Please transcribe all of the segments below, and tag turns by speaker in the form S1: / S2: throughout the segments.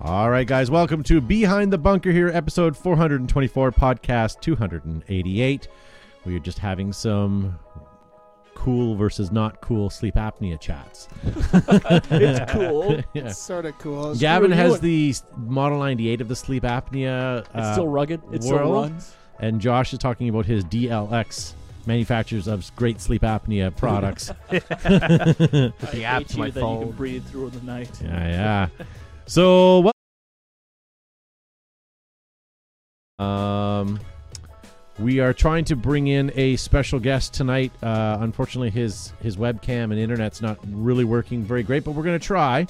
S1: All right, guys, welcome to Behind the Bunker here, episode 424, podcast 288. We are just having some cool versus not cool sleep apnea chats.
S2: it's cool.
S1: Yeah.
S2: It's sort of cool. It's
S1: Gavin
S2: true. You
S1: has
S2: would-
S1: the s- Model 98 of the sleep apnea.
S3: It's
S1: uh,
S3: still rugged. It still
S1: world.
S3: runs.
S1: and Josh is talking about his DLX manufacturers of s- great sleep apnea products.
S3: With
S4: the app to my
S3: that you
S4: phone.
S3: can breathe through in the night.
S1: yeah, yeah. So what? Um, we are trying to bring in a special guest tonight. Uh, unfortunately, his his webcam and internet's not really working very great, but we're gonna try.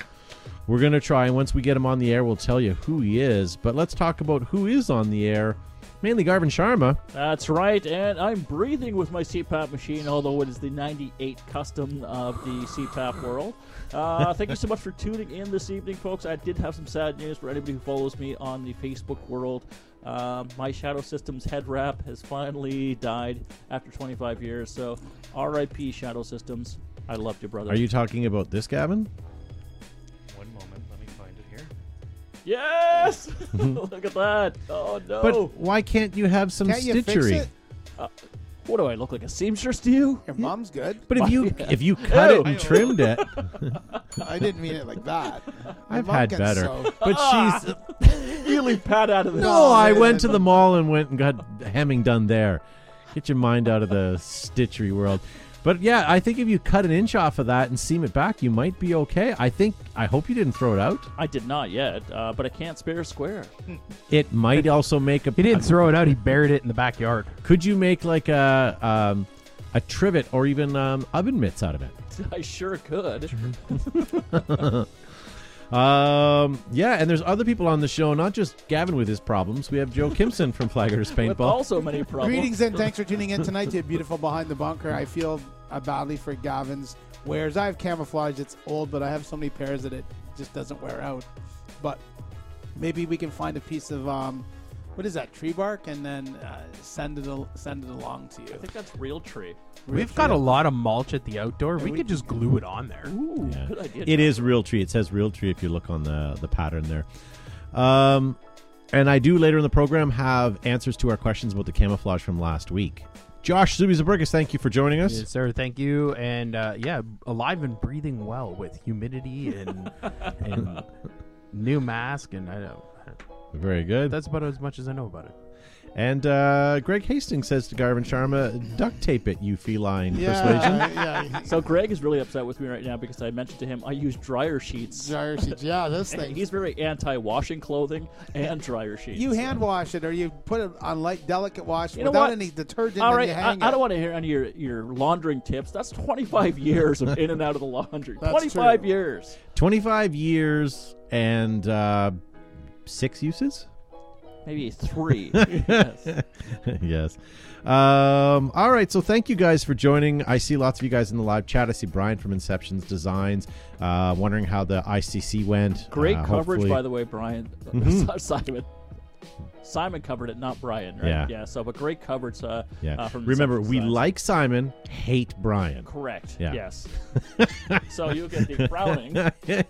S1: We're gonna try, and once we get him on the air, we'll tell you who he is. But let's talk about who is on the air. Mainly Garvin Sharma.
S3: That's right, and I'm breathing with my CPAP machine, although it is the 98 custom of the CPAP world. Uh, thank you so much for tuning in this evening, folks. I did have some sad news for anybody who follows me on the Facebook world. Uh, my Shadow Systems head wrap has finally died after 25 years, so RIP Shadow Systems. I loved you, brother.
S1: Are you talking about this, Gavin?
S4: One moment, let me find it here.
S3: Yes! Look at that. Oh, no.
S1: But why can't you have some
S2: Can't you fix
S1: stitchery?
S2: it?
S3: What do I look like a seamstress to you?
S2: Your mom's good.
S1: But if you if you cut it
S2: Oh.
S1: and
S4: Ew.
S1: trimmed it,
S2: I didn't mean it like that. Your
S1: I've
S2: mom
S1: had
S2: can
S1: better.
S2: sew.
S1: But she's
S3: Really pat out of the
S1: no. I
S2: man.
S1: went to the mall and went and got hemming done there. Get your mind out of the stitchery world. But yeah, I think if you cut an inch off of that and seam it back, you might be okay. I think I hope you didn't throw it out.
S3: I did not yet, uh, but I can't spare a square.
S1: It might also make a.
S4: He didn't throw it out, he buried it in the backyard.
S1: Could you make like a um, a trivet or even um, oven mitts out of it?
S3: I sure could.
S1: Um, yeah, and there's other people on the show, not just Gavin with his problems. We have Joe Kimson from Flaggers
S3: With
S1: Paintball.
S3: also many problems.
S2: Greetings and thanks for tuning in tonight to a beautiful Behind the Bunker. I feel uh, badly for Gavin's wares. I have camouflage that's old, but I have so many pairs that it just doesn't wear out. But maybe we can find a piece of um, what is that tree bark and then uh, send it al- send it along to
S3: I
S2: you.
S3: think that's real tree.
S4: We've got a lot of mulch at the outdoor. We could just glue it on there.
S3: Ooh,
S1: Yeah.
S3: good idea.
S1: It is real tree. It says real tree if you look on the the pattern there. Um, and I do later in the program have answers to our questions about the camouflage from last week. Josh Zubizabergis, thank you for joining us.
S4: Yes, sir. Thank you. And uh, yeah, alive and breathing well with humidity and and new mask. And I know
S1: Very good.
S4: that's about as much as I know about it.
S1: And uh, Greg Hastings says to Garvin Sharma, "Duct tape it, you feline persuasion."
S2: Yeah, yeah.
S3: So Greg is really upset with me right now because I mentioned to him I use dryer sheets.
S2: Dryer sheets. yeah, those
S3: And
S2: things.
S3: He's very anti-washing clothing and dryer sheets.
S2: You hand wash it, or you put it on light, delicate wash
S3: You know what?
S2: without any detergent.
S3: All
S2: and
S3: right,
S2: you
S3: I,
S2: hang
S3: I
S2: it.
S3: don't want to hear any of your, your laundering tips. That's 25 years of in and out of the laundry.
S2: That's
S3: 25
S2: true.
S3: years.
S1: Twenty-five years and uh, six uses.
S3: Maybe three. yes.
S1: yes. Um, all right. So thank you guys for joining. I see lots of you guys in the live chat. I see Brian from Inceptions Designs, uh, wondering how the ICC went.
S3: Great
S1: Uh,
S3: coverage,
S1: hopefully- Mm-hmm.
S3: by the way, Brian. Simon. Simon covered it, not Brian, right?
S1: Yeah.
S3: so, but great coverage uh,
S1: Yeah.
S3: uh, from the
S1: Remember,
S3: Celtics
S1: we
S3: side.
S1: like Simon, hate Brian.
S3: Correct.
S1: Yeah.
S3: Yes. so you get the frowning. Yeah,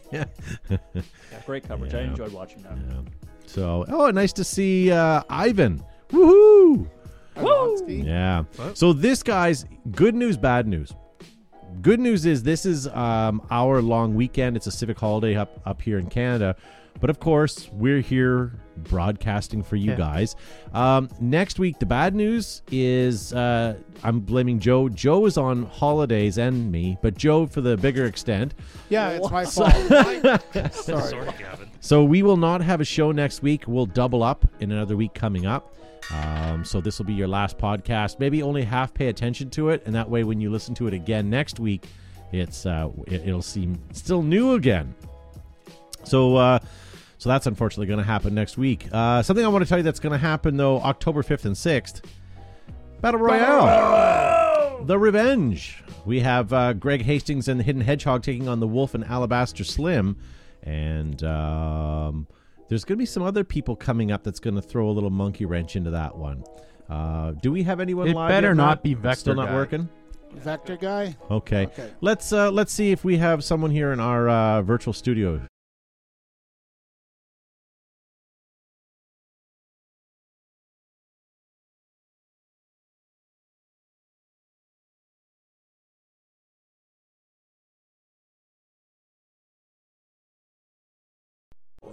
S3: great coverage. I
S1: Yeah.
S3: enjoyed watching that.
S1: so, oh, nice to see uh, Ivan. Woohoo!
S2: Arnowski.
S1: Yeah. So this guy's good news, bad news. Good news is this is um, our long weekend. It's a civic holiday up up here in Canada, but of course we're here broadcasting for you
S4: Yeah.
S1: guys. Um, next week, the bad news is uh, I'm blaming Joe. Joe is on holidays and me, but Joe for the bigger extent.
S2: Yeah, it's my fault. Sorry.
S4: Gavin.
S1: So we will not have a show next week. We'll double up in another week coming up. Um, so this will be your last podcast. Maybe only half pay attention to it, and that way, when you listen to it again next week, it's uh, it, it'll seem still new again. So. Uh, so that's unfortunately going to happen next week. Uh, something I want to tell you that's going to happen though, October fifth and sixth, Battle Royale, The Revenge. We have uh, Greg Hastings and the Hidden Hedgehog taking on the Wolf and Alabaster Slim, and um, there's going to be some other people coming up that's going to throw a little monkey wrench into that one. Uh, do we have anyone
S4: It
S1: live?
S4: better
S1: yet,
S4: not
S1: Matt?
S4: be Vector
S1: Still not
S4: guy.
S1: working.
S2: Vector guy.
S1: Okay.
S2: Okay.
S1: Let's uh, let's see if we have someone here in our uh, virtual studio.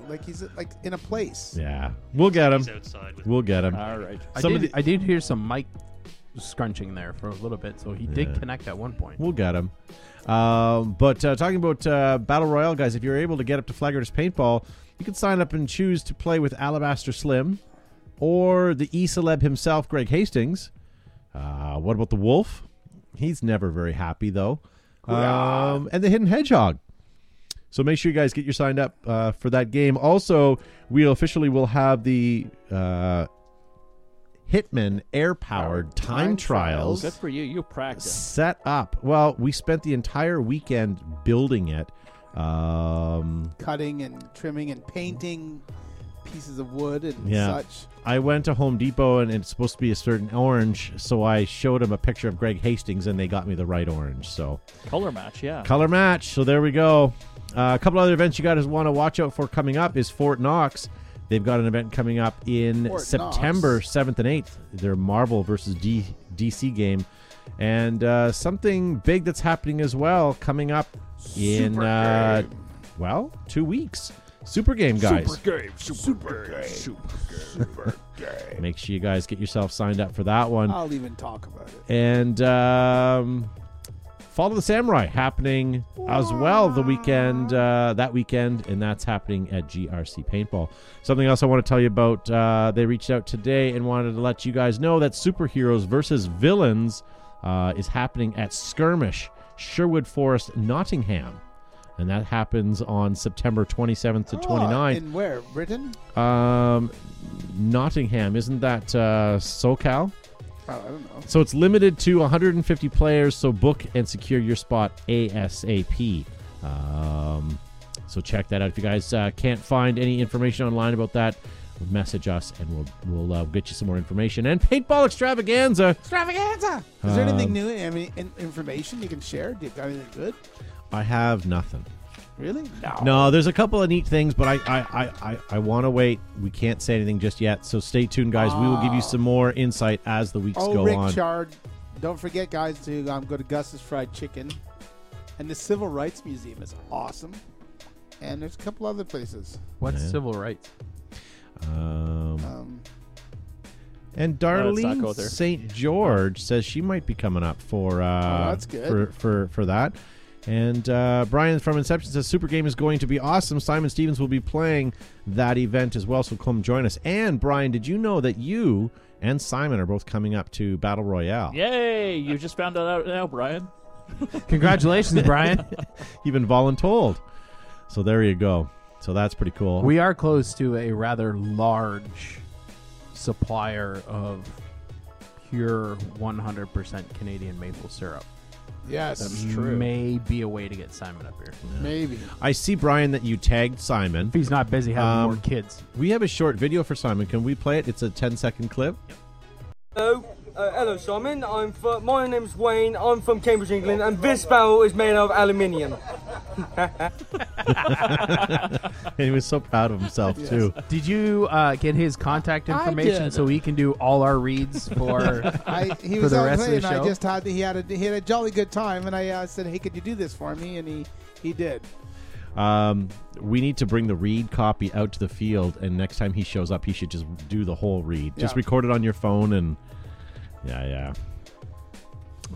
S2: Like he's like in a place.
S1: Yeah, we'll get him.
S5: He's outside with
S1: We'll get him.
S3: All right.
S4: I
S1: Some of
S4: did,
S1: the-
S4: I did hear some mic scrunching there for a little bit, so he
S1: Yeah.
S4: did connect at one point.
S1: We'll get him. Um, but uh, talking about uh, Battle Royale, guys, if you're able to get up to Flaggers Paintball, you can sign up and choose to play with Alabaster Slim or the e celeb himself, Greg Hastings. Uh, what about the Wolf? He's never very happy, though. Um, and the Hidden Hedgehog. So make sure you guys get your signed up uh, for that game. Also, we officially will have the uh, Hitman air powered time
S2: Time
S1: trials
S2: trials.
S3: Good for you. You practice.
S1: set up. Well, we spent the entire weekend building it. Um,
S2: Cutting and trimming and painting pieces of wood and
S1: Yeah.
S2: such.
S1: I went to Home Depot and it's supposed to be a certain orange, so I showed him a picture of Greg Hastings and they got me the right orange. So
S3: Color match, yeah.
S1: color match. So there we go. Uh, a couple other events you guys want to watch out for coming up is Fort Knox. They've got an event coming up in
S2: Fort
S1: September
S2: Knox.
S1: 7th and 8th. Their Marvel versus D- DC game. And uh, something big that's happening as well coming up in, uh, well, two weeks. Super game, guys.
S5: game, super game, super Uh,
S1: Make sure you guys get yourself signed up for that one.
S2: I'll even talk about it.
S1: and um, Fall of the Samurai happening as well the weekend uh, that weekend, and that's happening at GRC Paintball. Something else I want to tell you about: uh, they reached out today and wanted to let you guys know that superheroes versus villains uh, is happening at Skirmish, Sherwood Forest, Nottingham. And that happens on September 27th to 29th.
S2: Oh, And where? Britain?
S1: um, Nottingham, isn't that uh, SoCal?
S2: Oh, I don't know.
S1: So it's limited to 150 players. So book and secure your spot ASAP. Um, so check that out. If you guys uh, can't find any information online about that, message us and we'll we'll uh, get you some more information. And paintball extravaganza.
S2: Extravaganza! Is there anything
S1: Um,
S2: new? I mean, in, information you can share? Do you got anything good?
S1: I have nothing.
S2: Really?
S1: No, there's a couple of neat things, but I I, I, I, I want to wait. We can't say anything just yet. So stay tuned, guys. We will give you some more insight as the weeks
S2: Ah. Oh,
S1: go
S2: Rick
S1: on.
S2: Chard. Don't forget, guys, to um, go to Gus's Fried Chicken. And the Civil Rights Museum is awesome. And there's a couple other places.
S4: What's
S1: Yeah.
S4: civil rights?
S1: um,
S2: Um,
S1: And
S3: Let's not
S1: Darlene
S3: go there.
S1: St. George says she might be coming up for uh,
S2: Oh, that's good.
S1: For, for for that. And uh, Brian from Inception says Super Game is going to be awesome. Simon Stevens will be playing that event as well, so come join us. And Brian, did you know that you and Simon are both coming up to Battle Royale?
S3: Yay! You just found that out now, Brian.
S4: Congratulations, Brian.
S1: You've been voluntold. So there you go. So that's pretty cool.
S4: We are close to a rather large supplier of pure 100% Canadian maple syrup.
S2: yes,
S4: That may be a way to get Simon up here.
S2: Maybe.
S1: I see Brian that you tagged Simon.
S4: If he's not busy having
S1: Um,
S4: more kids.
S1: We have a short video for Simon. Can we play it? It's a 10 second clip.
S6: Hello, uh, hello Simon. I'm from, my name's Wayne. I'm from Cambridge, England, and this barrel is made of aluminium.
S1: And he was so proud of himself, too.
S4: Did you uh, get his contact information
S3: did.
S4: so we can do all our reads for?
S2: I, he
S4: For
S2: was
S4: the
S2: on
S4: rest of
S2: play,
S4: the
S2: and I
S4: show?
S2: just had he had a he had a jolly good time, and I uh, said, "Hey, could you do this for me?" And he he did.
S1: Um, we need to bring the read copy out to the field, and next time he shows up, he should just do the whole read. Just
S2: Yeah.
S1: record it on your phone, and yeah, yeah.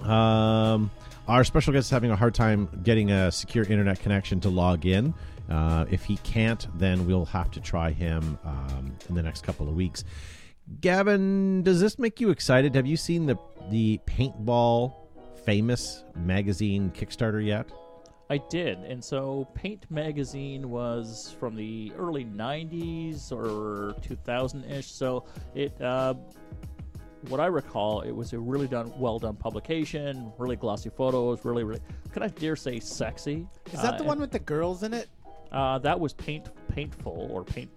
S1: Um, our special guest is having a hard time getting a secure internet connection to log in. Uh, if he can't, then we'll have to try him um, in the next couple of weeks. Gavin, does this make you excited? Have you seen the the paintball famous magazine Kickstarter yet?
S3: I did, and so Paint Magazine was from the early '90s or 2000-ish. So it, uh, what I recall, it was a really done, well done publication, really glossy photos, really, really, could I dare say, sexy.
S2: Is that
S3: Uh,
S2: the one with the girls in it?
S3: Uh, that was Paint Paintful or Paint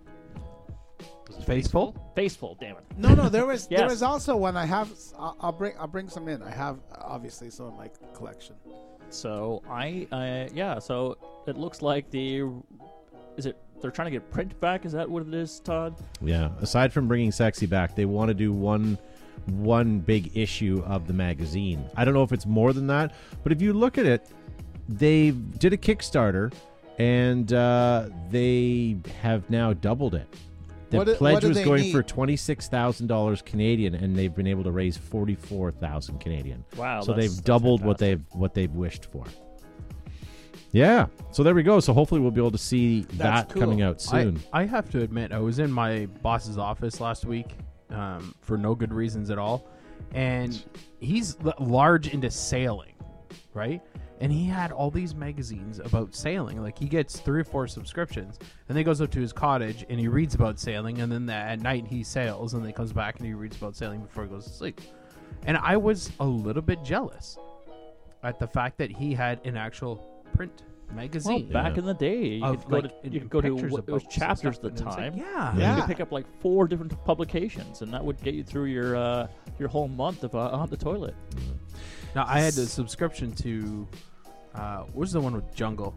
S4: Faithful?
S3: Faceful. Damn it.
S2: No, no. There was there
S3: Yes.
S2: was also one I have. I'll, I'll bring I'll bring some in. I have obviously some in my collection.
S3: So I, uh, yeah. So it looks like the, is it? They're trying to get print back. Is that what it is, Todd?
S1: Yeah. Aside from bringing sexy back, they want to do one one big issue of the magazine. I don't know if it's more than that, but if you look at it, they did a Kickstarter and uh, they have now doubled it. The
S2: What do-
S1: pledge
S2: what do
S1: was
S2: they
S1: going
S2: need?
S1: for twenty six thousand dollars Canadian, and they've been able to raise forty four thousand Canadian.
S3: Wow,
S1: So
S3: that's-
S1: they've
S3: that's
S1: doubled what
S3: fantastic.
S1: they've what they've wished for. Yeah. So there we go. So hopefully we'll be able to see that
S2: cool.
S1: coming out soon.
S4: I, I have to admit, I was in my boss's office last week um, for no good reasons at all, and he's l- large into sailing, right? And he had all these magazines about sailing. Like he gets three or four subscriptions, and then he goes up to his cottage and he reads about sailing, and then that, at night he sails, and then he comes back and he reads about sailing before he goes to sleep. And I was a little bit jealous at the fact that he had an actual print
S3: Well,
S4: magazine.
S3: back in the day, you
S4: Of,
S3: could go
S4: like,
S3: to
S4: in
S3: you could go to
S4: pictures
S3: w-
S4: of
S3: it was
S4: boats and
S3: chapters at the
S4: stuff, and
S3: time.
S4: it was like, yeah.
S3: and You
S2: Yeah.
S3: could pick up like four different publications, and that would get you through your uh, your whole month of uh, on the toilet.
S4: Now I had a subscription to uh what was the one with Jungle?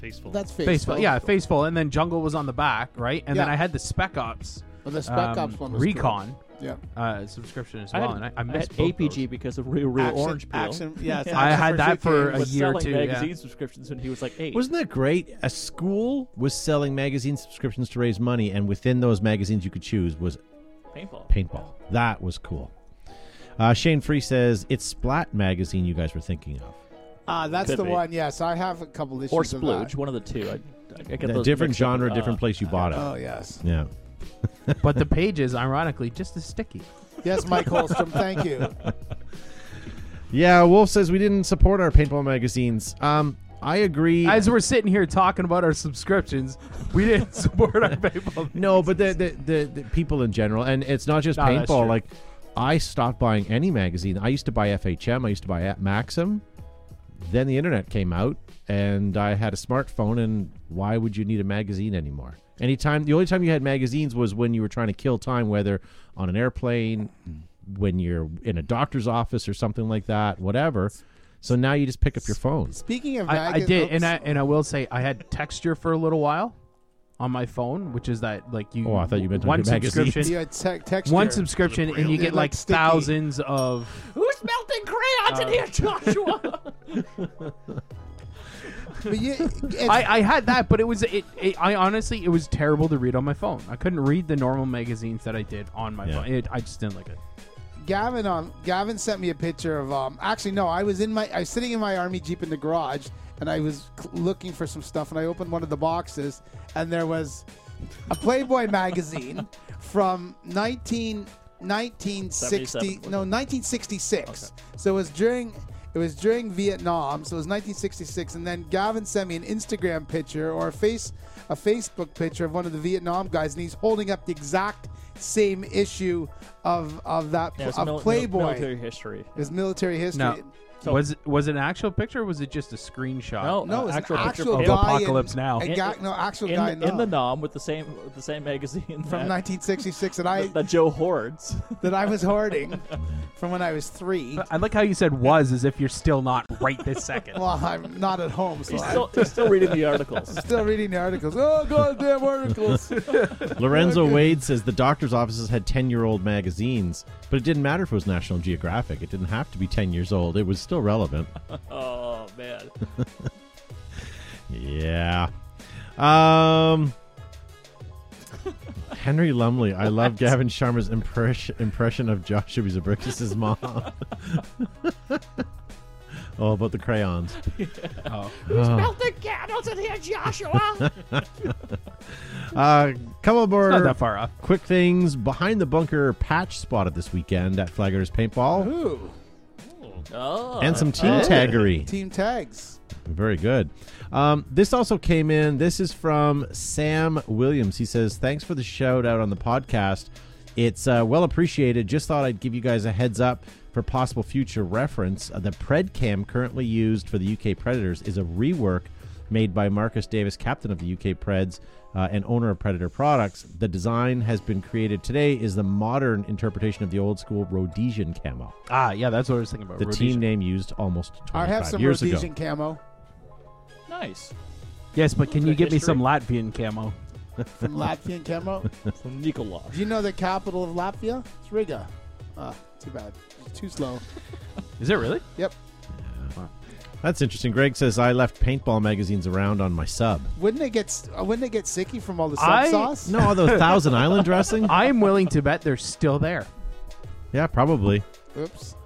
S7: Faceful.
S2: That's
S4: Faceful.
S2: Facebook.
S4: Yeah, Faceful and then Jungle was on the back, right? And then
S2: Yeah.
S4: I had the Spec Ops
S2: Well, the Spec
S4: um,
S2: Ops one was cool.
S4: Recon
S2: Yeah.
S4: uh subscription as
S3: I
S4: well
S3: had,
S4: and I, I missed
S3: had
S4: both
S3: APG
S4: those.
S3: because of real real
S2: Action-
S3: orange peel.
S2: action- yeah, it's
S4: I
S2: action
S4: had that
S2: shoot
S4: for
S2: games.
S4: a
S3: was
S4: year or
S3: selling
S4: two.
S3: magazine
S4: Yeah.
S3: subscriptions, and he was like, "Hey,
S1: Wasn't that great? A school was selling magazine subscriptions to raise money, and within those magazines you could choose was
S3: paintball."
S1: paintball. That was cool. Uh, Shane Free says it's Splat magazine you guys were thinking of.
S2: Ah, that's
S3: Could
S2: the
S3: be.
S2: one. Yes, I have a couple issues
S3: or
S2: of that.
S3: splooge, one of the two. I, I get
S1: That
S3: those
S1: different
S3: mixed up
S1: genre,
S3: with, uh,
S1: different place you bought it.
S2: Oh yes,
S1: yeah.
S4: but the pages ironically just as sticky.
S2: yes, Mike Holstrom. thank you.
S1: Yeah, Wolf says we didn't support our paintball magazines. Um, I agree.
S4: As we're sitting here talking about our subscriptions, we didn't support our paintball.
S1: no, but the the, the the people in general, and it's not just
S4: No, that's
S1: paintball.
S4: true.
S1: Like, I stopped buying any magazine. I used to buy FHM. I used to buy at Maxim. Then the internet came out, and I had a smartphone. And why would you need a magazine anymore? Anytime the only time you had magazines was when you were trying to kill time, whether on an airplane, when you're in a doctor's office or something like that, whatever. So now you just pick up your phone.
S2: Speaking of,
S4: I, I
S2: magazines-
S4: did, and I
S2: oops.
S4: and I will say I had texture for a little while on my phone, which is that like you.
S1: Oh, I thought you meant
S4: one
S1: your magazine.
S4: subscription.
S2: you had te- texture.
S4: One subscription, and you
S2: It
S4: get
S2: looks
S4: like
S2: sticky.
S4: thousands of.
S3: Who's melting crayons in here, Joshua?
S2: But you, it's-
S4: I, I had that, but it was it, it. I honestly, it was terrible to read on my phone. I couldn't read the normal magazines that I did on my
S1: Yeah.
S4: phone. It, I just didn't like it.
S2: Gavin on Gavin sent me a picture of um actually no I was in my I was sitting in my army jeep in the garage and I was cl- looking for some stuff and I opened one of the boxes and there was a Playboy magazine from 19 1960
S3: 77.
S2: no 1966 so it was during it was during Vietnam so it was 1966 and then Gavin sent me an Instagram picture or a face a Facebook picture of one of the Vietnam guys and he's holding up the exact same issue of of that
S3: Yeah, it's
S2: of
S3: mil- mil-
S2: Playboy.
S3: military history.
S2: It's military history.
S4: No.
S3: So-
S4: was it was it an actual picture? or Was it just a screenshot?
S3: No,
S2: No,
S3: uh,
S2: it's
S3: actual
S2: an
S3: picture
S2: actual
S4: of
S2: guy
S4: Apocalypse
S2: in,
S4: Now.
S2: a guy- no, actual
S3: in,
S2: guy
S3: in the
S2: Nam
S3: nom with the same with the same magazine
S2: from
S3: that,
S2: 1966 that I
S3: that Joe hoards.
S2: that I was hoarding from when I was three.
S4: I like how you said was as if you're still not right this second.
S2: Well, I'm not at home, so
S3: he's,
S2: I'm
S3: still, he's still reading the articles.
S2: still reading the articles. Oh, goddamn articles!
S1: Lorenzo Wade says the doctor's offices had 10 year old magazines, but it didn't matter if it was National Geographic. It didn't have to be 10 years old, it was still relevant.
S3: Oh man,
S1: yeah. Um. Henry Lumley, I love Gavin Sharma's impression impression of Joshua Zabrikis' mom. oh, about the crayons.
S4: Oh.
S3: melting candles in here, Joshua.
S1: Uh, come
S4: It's not
S1: aboard.
S4: that far off.
S1: Quick things behind the bunker patch spotted this weekend at Flaggers Paintball,
S2: Ooh,
S3: oh,
S1: and
S4: Uh,
S1: some team taggery.
S2: team tags.
S1: Very good. Um, this also came in. This is from Sam Williams. He says, Thanks for the shout out on the podcast. It's uh, well appreciated. Just thought I'd give you guys a heads up for possible future reference. Uh, the Predcam currently used for the UK Predators is a rework made by Marcus Davis, captain of the UK Preds uh, and owner of Predator Products. The design has been created today, is the modern interpretation of the old school Rhodesian camo,
S4: Ah, yeah, that's what I was thinking about.
S1: the team
S4: Rhodesian.
S1: name used almost 25
S2: I have some
S1: years ago.
S2: Rhodesian camo
S3: nice.
S4: Yes, but can
S3: The
S4: you give me
S3: history.
S4: some Latvian camo?
S2: from Latvian camo.
S3: From Nikolaj.
S2: Do you know the capital of Latvia? It's Riga. Ah, too bad. Too slow.
S4: Is it really?
S2: Yep.
S1: That's interesting. Greg says I left paintball magazines around on my sub.
S2: Wouldn't it get s- uh, wouldn't it get sicky from all the sub
S4: I-
S2: sauce?
S1: No, all the Thousand Island dressing.
S4: I am willing to bet they're still there.
S1: Yeah, probably.
S2: Oops.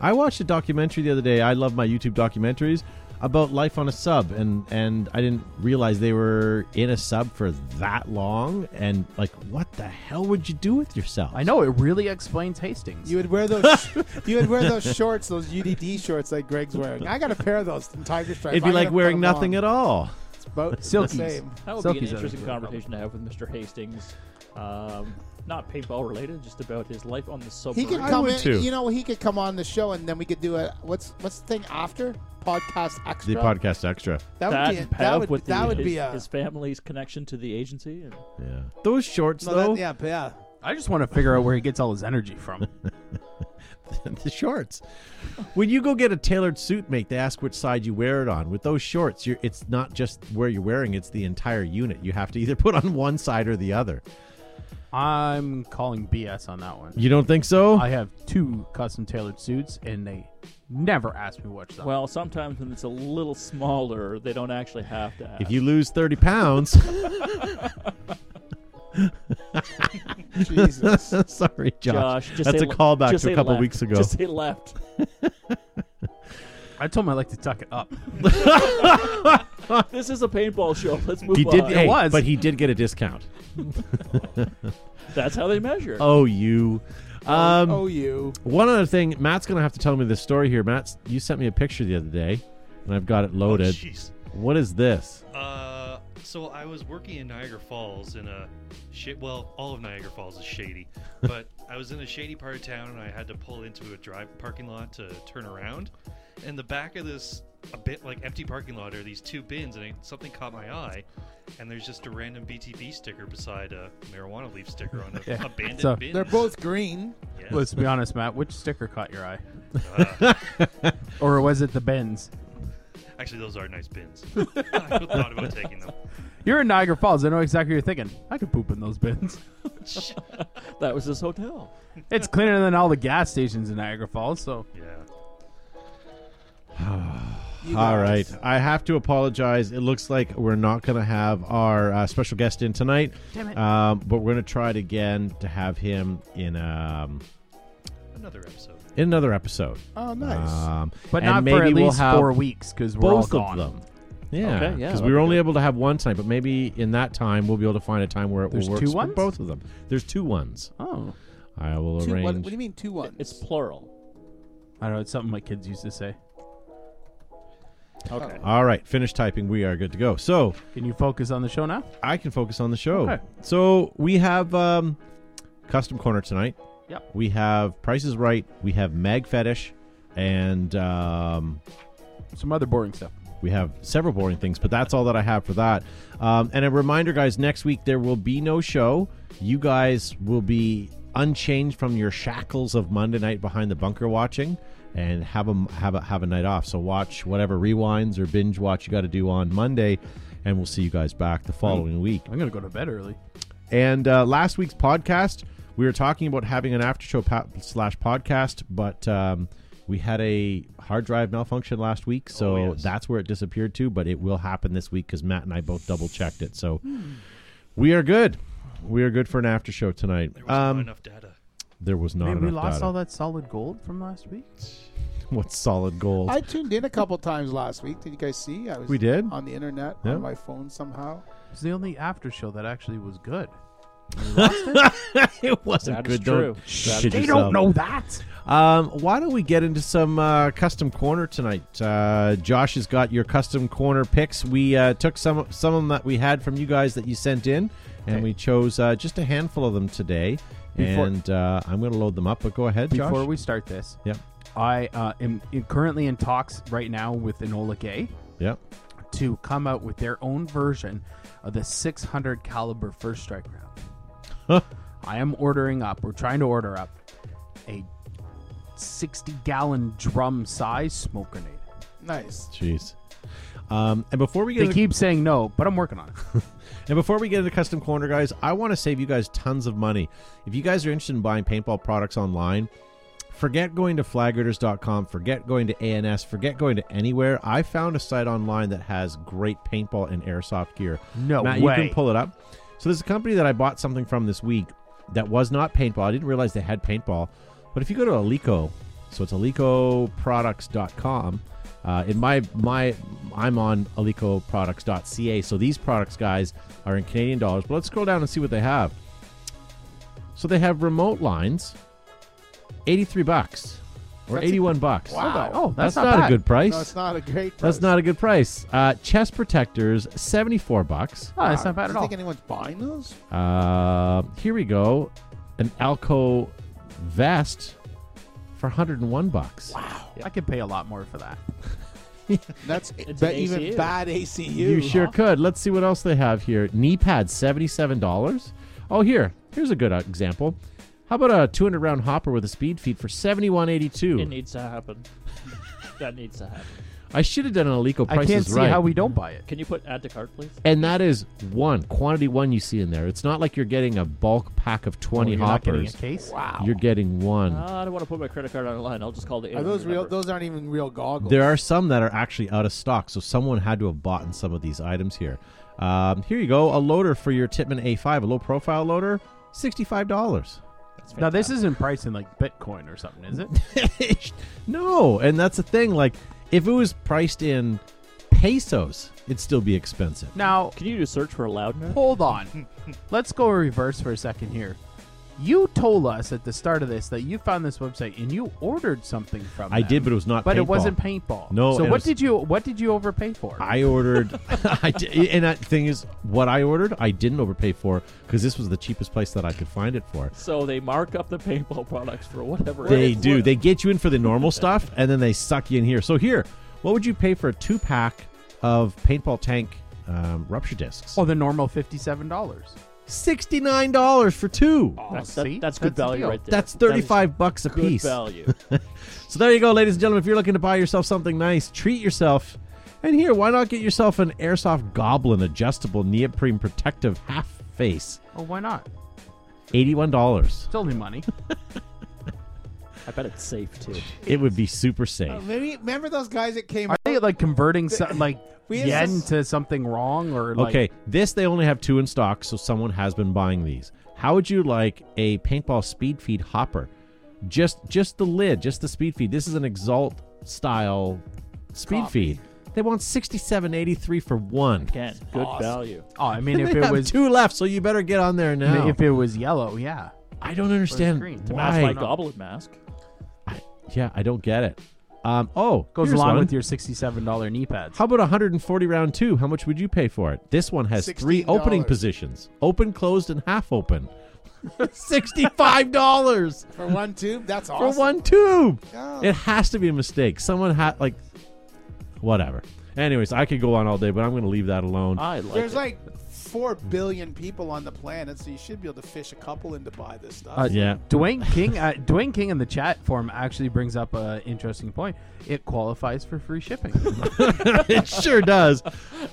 S1: I watched a documentary the other day. I love my YouTube documentaries about life on a sub, and and I didn't realize they were in a sub for that long. And like, what the hell would you do with yourself?
S4: I know it really explains Hastings.
S2: You would wear those. sh- you would wear those shorts, those UDD shorts, like Greg's wearing. I got a pair of those in Tiger Stripe.
S1: It'd be like wearing nothing at all.
S2: It's about the
S4: Silkies.
S2: same.
S3: That would
S4: Selkies
S3: be
S4: are
S3: an interesting
S4: really
S3: conversation to have with Mr. Hastings. Um, not paintball related, just about his life on the
S2: He
S3: submarine.
S2: could
S1: I
S2: come
S1: would
S2: in.
S1: too.
S2: You know, he could come on the show, and then we could do a what's what's the thing after podcast extra.
S1: The podcast extra.
S2: that would
S3: that
S2: be
S3: and
S2: a,
S3: pair
S2: that
S3: up
S2: would,
S3: with
S2: that
S3: the,
S2: would
S3: his,
S2: be a
S3: his family's connection to the agency. And
S1: Yeah. Those shorts
S2: no,
S1: though.
S2: that, yeah yeah.
S4: I just want to figure out where he gets all his energy from.
S1: the shorts. When you go get a tailored suit, mate, they ask which side you wear it on. With those shorts, you're, it's not just where you're wearing; it's the entire unit. You have to either put on one side or the other.
S4: I'm calling BS on that one.
S1: You don't think so?
S4: I have two custom tailored suits, and they never ask me which size.
S3: well, sometimes when it's a little smaller, they don't actually have to. Ask.
S1: if you lose thirty pounds,
S2: Jesus.
S1: sorry, Josh,
S3: Josh, just
S1: that's
S3: say
S1: a
S3: le-
S1: callback
S3: just
S1: to a
S3: say
S1: couple
S3: left.
S1: weeks ago.
S3: Just say left.
S4: I told him I like to tuck it up.
S3: This is a paintball show. Let's move
S1: he
S3: on.
S1: did, hey,
S4: was.
S1: but he did get a discount.
S3: That's how they measure.
S1: Oh, you. Um,
S2: oh, you.
S1: One other thing, Matt's gonna have to tell me this story here. Matt, you sent me a picture the other day, and I've got it loaded.
S7: Oh, Jeez.
S1: what is this?
S7: Uh, so I was working in Niagara Falls in a shit. Well, all of Niagara Falls is shady, but I was in a shady part of town and I had to pull into a drive parking lot to turn around. And the back of this a bit like empty parking lot are these two bins, and it, something caught my eye. And there's just a random BTB sticker beside a marijuana leaf sticker on a
S4: Yeah.
S7: abandoned
S4: So-
S7: bin.
S2: They're both green.
S7: Yeah.
S4: Let's be honest, Matt. Which sticker caught your eye?
S7: Uh,
S4: Or was it the bins?
S7: actually, those are nice bins. I thought about taking them.
S4: You're in Niagara Falls. I know exactly what you're thinking. I could poop in those bins.
S3: That was his hotel.
S4: It's cleaner than all the gas stations in Niagara Falls, so
S7: Yeah.
S2: You
S1: All right.
S2: guys.
S1: I have to apologize. It looks like we're not going to have our uh, special guest in tonight. Damn it. Um, but we're going to try it again to have him in um,
S7: Another episode.
S1: in another episode.
S2: Oh, nice.
S1: Um,
S4: but
S1: and
S4: not
S1: maybe
S4: for at
S1: we'll
S4: least
S1: have
S4: four weeks because we're all
S1: both
S4: gone.
S1: of them. Yeah,
S3: Okay,
S1: because we
S3: yeah, that'd
S1: were
S3: be
S1: only
S3: good.
S1: able to have one tonight, but maybe in that time we'll be able to find a time where it
S4: There's
S1: will work
S4: two
S1: for
S4: ones?
S1: both of them. There's two ones.
S4: Oh,
S1: I will
S2: Uh, Two,
S1: arrange.
S2: what, what do you mean two ones?
S3: It's plural.
S4: I know it's something my kids used to say.
S3: Okay.
S1: All right, finish typing. We are good to go. So
S4: Can you focus on the show now?
S1: I can focus on the show.
S4: Okay.
S1: So we have um, Custom Corner tonight.
S4: Yep.
S1: We have Price is Right. We have Mag Fetish. And um,
S4: Some other boring stuff.
S1: we have several boring things, but that's all that I have for that. Um, and a reminder, guys, next week there will be no show. You guys will be unchanged from your shackles of Monday night behind the bunker watching and have a, have a, have a night off. So watch whatever rewinds or binge watch you got to do on Monday. And we'll see you guys back the following week.
S4: I'm gonna go to bed early.
S1: And uh, last week's podcast, we were talking about having an after show pa- slash podcast, but um, we had a hard drive malfunction last week, so
S7: Oh, yes.
S1: that's where it disappeared to. But it will happen this week because Matt and I both double checked it. So we are good. We are good for an after show tonight.
S7: There was
S1: Um,
S7: not enough data.
S1: there was not
S4: Man, we
S1: enough
S4: lost
S1: data.
S4: all that solid gold from last week.
S1: what solid gold?
S2: I tuned in a couple times last week. Did you guys see? I was
S1: We did?
S2: on the internet
S1: Yeah.
S2: on my phone somehow.
S4: It's the only after show that actually was good.
S1: it wasn't
S3: That
S1: good.
S3: is
S1: Don't
S3: true.
S1: shit
S4: they
S1: yourself.
S4: don't know that.
S1: Um, why don't we get into some uh, custom corner tonight? Uh, Josh has got your custom corner picks. We uh, took some some of them that we had from you guys that you sent in, and
S4: Okay.
S1: we chose uh, just a handful of them today.
S4: Before-
S1: and uh, I'm going to load them up. But go ahead,
S4: Before
S1: Josh.
S4: we start this,
S1: Yep.
S4: I uh, am am currently in talks right now with Enola Gay
S1: Yep.
S4: to come out with their own version of the 600 caliber first strike round. I am ordering up. We're trying to order up a 60 gallon drum size smoke grenade.
S2: Nice.
S1: Jeez. Um, and before we get
S4: They
S1: into-
S4: keep saying no, but I'm working on it.
S1: And before we get into custom corner, guys, I want to save you guys tons of money. If you guys are interested in buying paintball products online, Forget going to flaggirders.com, forget going to ANS, forget going to anywhere. I found a site online that has great paintball and airsoft gear.
S4: No
S1: Matt,
S4: way.
S1: you can pull it up. So there's a company that I bought something from this week that was not paintball. I didn't realize they had paintball. But if you go to Alico, so it's alicoproducts.com. Uh, in my my I'm on alicoproducts.ca. So these products guys are in Canadian dollars. But let's scroll down and see what they have. So they have remote lines, 83 bucks or
S2: That's a-
S1: 81 bucks.
S2: Wow.
S4: Oh, that's,
S1: That's, not,
S4: bad.
S1: a good price.
S2: No, it's not a great.
S1: That's
S2: price.
S1: not a good price. Uh, chest protectors, 74 bucks.
S4: Oh, that's not bad
S2: Do
S4: at
S2: you
S4: all.
S2: think anyone's buying those?
S1: Uh, here we go. An Alco vest for 101 bucks.
S4: I could pay a lot more for that.
S2: That's
S3: It's
S2: but
S3: an
S2: even
S3: ACU.
S2: bad ACU.
S1: You sure could. Let's see what else they have here. Knee pads, $77. Oh, here. Here's a good uh, example. How about a 200 round hopper with a speed feed for
S3: It
S1: 71.82?
S3: needs to happen. that needs to happen.
S1: I should have done an Alico price
S4: I can't
S1: is
S4: see
S1: right.
S4: how we don't buy it.
S3: Can you put add to cart, please?
S1: and that is one quantity one you see in there. It's not like you're getting a bulk pack of 20
S4: Well, Oh, you're not getting a Oh.
S1: hoppers.
S4: case.
S2: Wow.
S1: You're getting one.
S3: Uh, I don't want to put my credit card on the line. I'll just call the.
S2: are
S3: alien
S2: those real?
S3: number.
S2: Those aren't even real goggles.
S1: There are some that are actually out of stock, so someone had to have bought in some of these items here. Um, here you go, a loader for your Titman A5, a low profile loader, sixty-five dollars.
S3: That's
S4: Now this
S3: fantastic.
S4: isn't priced in like Bitcoin or something, is it?
S1: no, and that's the thing. Like, if it was priced in pesos, it'd still be expensive.
S4: now
S3: Can you do a search for a loud noise?
S4: hold on. Let's go reverse for a second here. You told us at the start of this that you found this website and you ordered something from.
S1: I
S4: them,
S1: did, but it was not.
S4: but
S1: paintball.
S4: it wasn't paintball.
S1: No,
S4: So
S1: it
S4: what
S1: was-
S4: did you what did you overpay for?
S1: I ordered, I di- and that thing is, what I ordered, I didn't overpay for because this was the cheapest place that I could find it for.
S3: So they mark up the paintball products for whatever.
S1: They
S3: it is.
S1: do. They get you in for the normal stuff, and then they suck you in here. So here, what would you pay for a two pack of paintball tank um, rupture discs?
S4: oh, the normal fifty-seven dollars.
S1: Sixty nine dollars for two.
S3: That's,
S4: Oh,
S3: that-
S4: see?
S3: that's good
S4: That's the
S3: value
S4: deal.
S3: right there.
S1: That's
S3: That is
S1: thirty five bucks a
S3: good
S1: piece.
S3: value.
S1: So there you go, ladies and gentlemen. If you're looking to buy yourself something nice, treat yourself. And here, why not get yourself an airsoft goblin adjustable neoprene protective half face?
S4: Oh, why not?
S1: Eighty one dollars.
S4: It's only money.
S3: I bet it's safe too.
S1: It would be super safe.
S2: Uh, maybe remember those guys that came.
S4: Are they like converting some, like
S2: We have
S4: yen
S2: this-
S4: to something wrong or like,
S1: Okay, this they only have two in stock, so someone has been buying these. How would you like a paintball speed feed hopper? Just just the lid, just the speed feed. This is an Exalt style speed
S2: Copy.
S1: feed. They want sixty seven eighty three for one.
S3: Again, good value.
S4: Oh, I mean, if
S1: they
S4: it
S1: have
S4: was
S1: two left, so you better get on there now.
S4: if it was yellow, yeah.
S1: I don't understand
S4: green. To
S3: That's my
S1: why.
S3: goblet mask.
S1: I- yeah, I don't get it. Um, oh,
S4: Goes
S1: here's
S4: along
S1: one.
S4: with your sixty-seven dollar knee pads.
S1: How about 140 round two? How much would you pay for it? This one has three
S2: $16.
S1: opening positions open, closed, and half open. $65
S2: for one tube. That's
S1: for
S2: awesome.
S1: one tube.
S2: Yeah.
S1: It has to be a mistake. Someone had, like, whatever. Anyways, I could go on all day, but I'm going to leave that alone.
S3: I like.
S2: There's
S3: it.
S2: like four billion people on the planet, so you should be able to fish a couple in to buy this stuff.
S4: Uh,
S1: yeah.
S4: Dwayne King, uh, Dwayne King in the chat forum actually brings up an interesting point. It qualifies for free shipping.
S1: it sure does.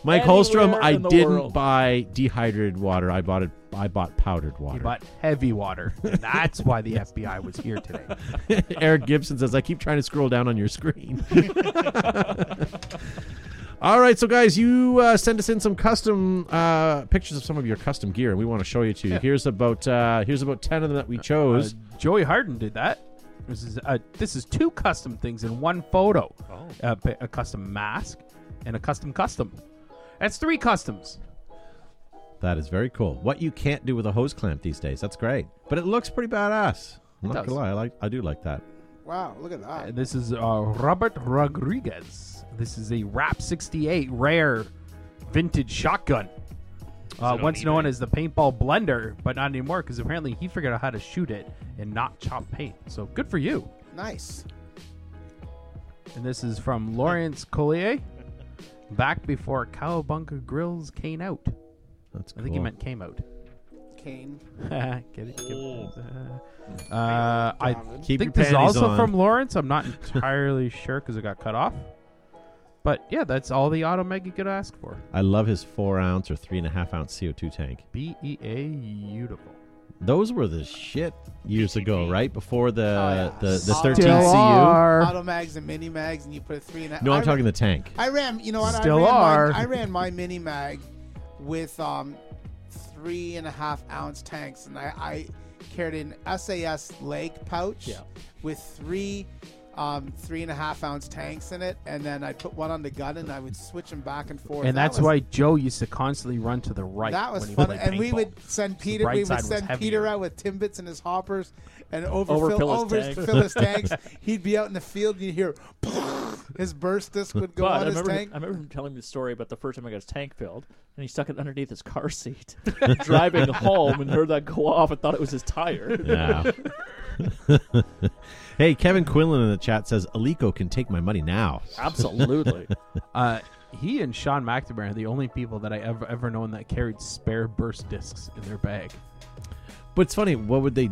S1: Mike
S3: Anywhere
S1: Holstrom, I
S3: in the
S1: didn't
S3: world.
S1: buy dehydrated water. I bought it. I bought powdered
S4: he
S1: water.
S4: bought heavy water. And that's why the FBI was here today.
S1: Eric Gibson says, I keep trying to scroll down on your screen. All right, so guys, you uh, send us in some custom uh, pictures of some of your custom gear, and we want to show you to you. Here's about uh, here's about ten of them that we
S4: Uh,
S1: chose.
S4: Joey Harden did that. This is uh, this is two custom things in one photo.
S7: Oh.
S4: Uh, pa- a custom mask and a custom custom. That's three customs.
S1: that is very cool. What you can't do with a hose clamp these days. That's great, but it looks pretty badass. I'm
S4: It
S1: not
S4: does.
S1: gonna lie, I like I do like that.
S2: wow, look at
S4: Uh,
S2: that.
S4: This is uh, Robert Rodriguez. This is a Rap 68 rare vintage shotgun. Uh,
S7: on
S4: once known
S7: eBay?
S4: as the paintball blender, but not anymore because apparently he figured out how to shoot it and not chop paint. So good for you.
S2: Nice.
S4: And this is from Lawrence Collier. Back before Cowabunga Grills came out.
S1: That's
S4: I
S1: cool.
S4: think he meant came out.
S2: Kane.
S4: Get it? Get
S7: Oh.
S4: it? Uh, I
S2: Donovan.
S1: Keep
S4: think
S1: your
S4: this is
S1: panties
S4: also
S1: on.
S4: from Lawrence. I'm not entirely sure because it got cut off. But yeah, that's all the auto mega could ask for.
S1: I love his four ounce or three and a half ounce CO2 tank.
S4: B E A beautiful.
S1: Those were the shit years ago, right? Before the
S2: Oh, yeah.
S1: the, the
S2: Still
S1: 13 CU.
S4: are.
S2: Auto mags and mini mags, and you put a three and a
S1: No, I'm
S2: I-
S1: talking the tank.
S2: I ran. You know what?
S4: Still
S2: I ran
S4: are.
S2: My, I ran my mini mag with um three and a half ounce tanks, and I, I carried an SAS Lake pouch
S3: Yeah.
S2: with three um three and a half ounce tanks in it, and then I put one on the gun, and I would switch them back and forth.
S4: And
S2: That
S4: that's
S2: was-
S4: why Joe used to constantly run to the right.
S2: That was
S4: when he
S2: fun,
S4: played
S2: and we
S4: paintball.
S2: would send Peter.
S4: right
S2: We
S4: side
S2: would
S4: was
S2: send
S4: heavier.
S2: Peter out with timbits in his hoppers and overfill
S3: Overfill his
S2: over
S3: tank.
S2: fill his tanks. He'd be out in the field, and you'd hear his burst disc would go
S3: but I
S2: on his
S3: remember,
S2: tank.
S3: I remember him telling me the story about the first time I got his tank filled, and he stuck it underneath his car seat, driving home, and heard that go off and thought it was his tire.
S1: Yeah. hey, Kevin Quinlan in the chat says Alico can take my money now.
S3: Absolutely.
S4: Uh, he and Sean McNamara are the only people that I ever ever known that carried spare burst discs in their bag.
S1: But it's funny. What would they?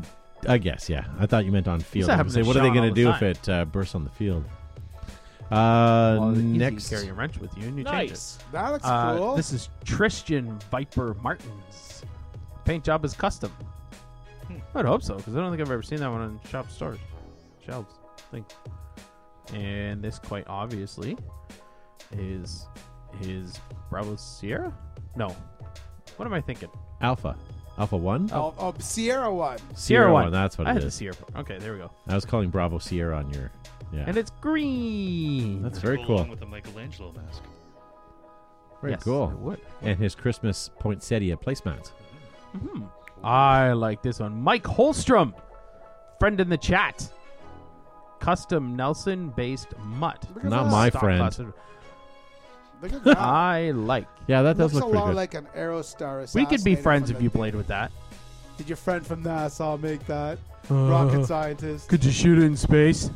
S1: I guess. Yeah. I thought you meant on field.
S4: that
S1: I was
S4: happens
S1: gonna say,
S4: to
S1: what are they
S4: Sean
S1: going
S4: all
S1: to
S4: the
S1: do
S4: time.
S1: if it uh, bursts on the field? Uh,
S4: Well, it's easy, you
S1: next.
S4: carry a wrench with you and you change it.
S3: nice.
S2: That looks
S4: Uh,
S2: cool.
S4: This is Tristan Viper Martins. Paint job is custom. I would hope so because I don't think I've ever seen that one on shop stores, shelves. I think. And this, quite obviously, is his Bravo Sierra. No, what am I thinking?
S1: Alpha. Alpha One.
S2: Oh, oh, Sierra one.
S1: Sierra One, that's what
S4: I
S1: it
S4: had the
S1: is.
S4: Sierra. Okay, there we go.
S1: I was calling Bravo Sierra on your. Yeah.
S4: And it's green.
S1: That's very
S7: Go along
S1: cool.
S7: With a Michelangelo mask.
S1: Very
S4: Yes,
S1: cool.
S4: I would.
S1: And his Christmas poinsettia placemats.
S4: I like this one. Mike Holstrom, friend in the chat. Custom Nelson based mutt.
S2: Look at
S1: Not
S2: that.
S1: my
S4: Stock
S1: friend.
S4: custom.
S2: Look at that.
S4: I like.
S1: Yeah, that does look
S2: looks a
S1: pretty
S2: lot
S1: good.
S2: like an Aerostar.
S4: We could be
S2: assassinator
S4: friends
S2: from
S4: if
S2: the-
S4: you played with that.
S2: Did your friend from NASA make that? Rocket scientist,
S4: Uh, Could you shoot it in space?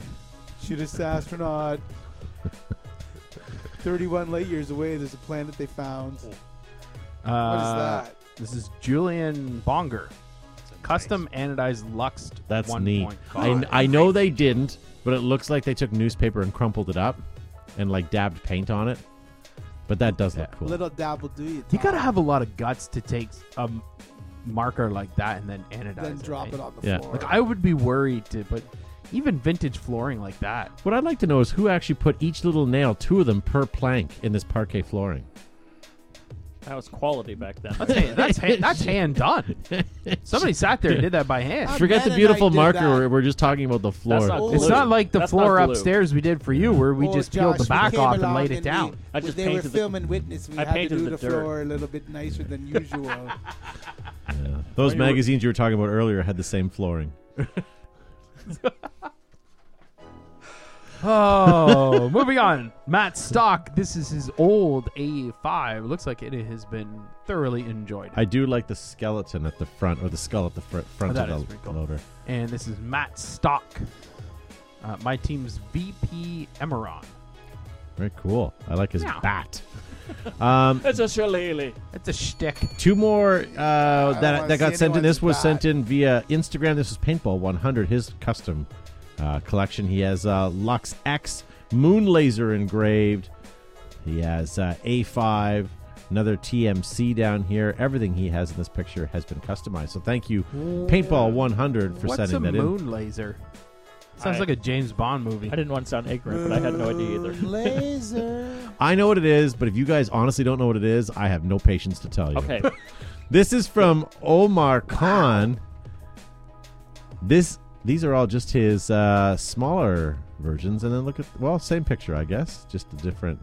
S2: shootist astronaut. Thirty-one light years away, there's a planet they found. What is that?
S4: Uh, This is Julian Bonger. Custom anodized Luxed.
S1: That's
S4: 1.
S1: neat. I, I know they didn't, but it looks like they took newspaper and crumpled it up and like dabbed paint on it. But that does look cool.
S2: Little dabble do you?
S4: You gotta
S2: Tom.
S4: have a lot of guts to take a marker like that and then anodize
S2: Then
S4: it.
S2: drop
S4: right?
S2: it on the
S1: Yeah.
S2: floor.
S4: Like I would be worried to, but even vintage flooring like that.
S1: What I'd like to know is who actually put each little nail, two of them per plank, in this parquet flooring.
S3: That was quality back then.
S4: That's hand, that's, hand, that's hand done. Somebody sat there and did that by hand.
S2: That's
S1: Forget the
S2: Mennonite
S1: beautiful
S2: did
S1: marker.
S2: that.
S1: We're, we're just talking about the floor.
S3: not
S2: Oh.
S4: It's not like the
S3: That's not
S4: floor
S3: glue.
S4: upstairs we did for you, where we
S2: Oh,
S4: just
S2: Josh,
S4: peeled the
S2: we
S4: back
S2: came
S4: off and
S2: along
S4: laid it
S2: we-
S4: down.
S3: I
S2: when
S3: just
S2: they were
S3: painted the-
S2: filming witness. We
S3: I
S2: had
S3: painted
S2: to do
S3: the
S2: the,
S3: dirt.
S2: floor a little bit nicer than usual.
S1: Those magazines you were talking about earlier had the same flooring.
S4: Oh, moving on. Matt Stock. This is his old A5. Looks like it has been thoroughly enjoyed.
S1: I do like the skeleton at the front, or the skull at the fr- front
S4: Oh, That is
S1: of the
S4: pretty cool.
S1: loader.
S4: and this is Matt Stock. Uh, my team's VP Emeron.
S1: Very cool. I like his
S4: Yeah.
S1: bat. um,
S3: It's a shillelagh.
S4: That's a shtick.
S1: two more uh, that
S2: wanna
S1: that got
S2: see
S1: sent in. This
S2: anyone's
S1: was
S2: bat.
S1: sent in via Instagram. This is Paintball 100, his custom uh, collection. He has uh, Lux X Moon Laser engraved. He has uh, A5, another TMC down here. Everything he has in this picture has been customized. So thank you, Paintball 100, for
S4: What's
S1: sending
S4: a
S1: that in.
S4: moon laser? Sounds
S3: I-
S4: like a James Bond movie.
S3: I didn't want to sound ignorant, but I had no idea either.
S2: Laser.
S1: I know what it is, but if you guys honestly don't know what it is, I have no patience to tell you.
S3: Okay,
S1: This is from Omar Khan. This these are all just his uh, smaller versions, and then look at well, same picture, I guess, just a different.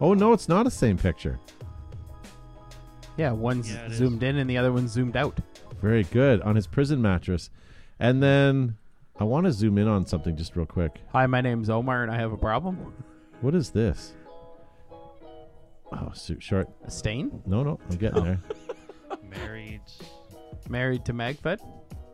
S1: Oh no, it's not a same picture.
S4: Yeah, one's
S7: Yeah, it is.
S4: zoomed in and the other one's zoomed out.
S1: Very good on his prison mattress, and then I want to zoom in on something just real quick.
S4: Hi, my name's Omar, and I have a problem.
S1: What is this? Oh, suit short.
S4: A stain?
S1: No, no, I'm
S4: Oh.
S1: getting there.
S7: Married.
S4: Married to Magfed?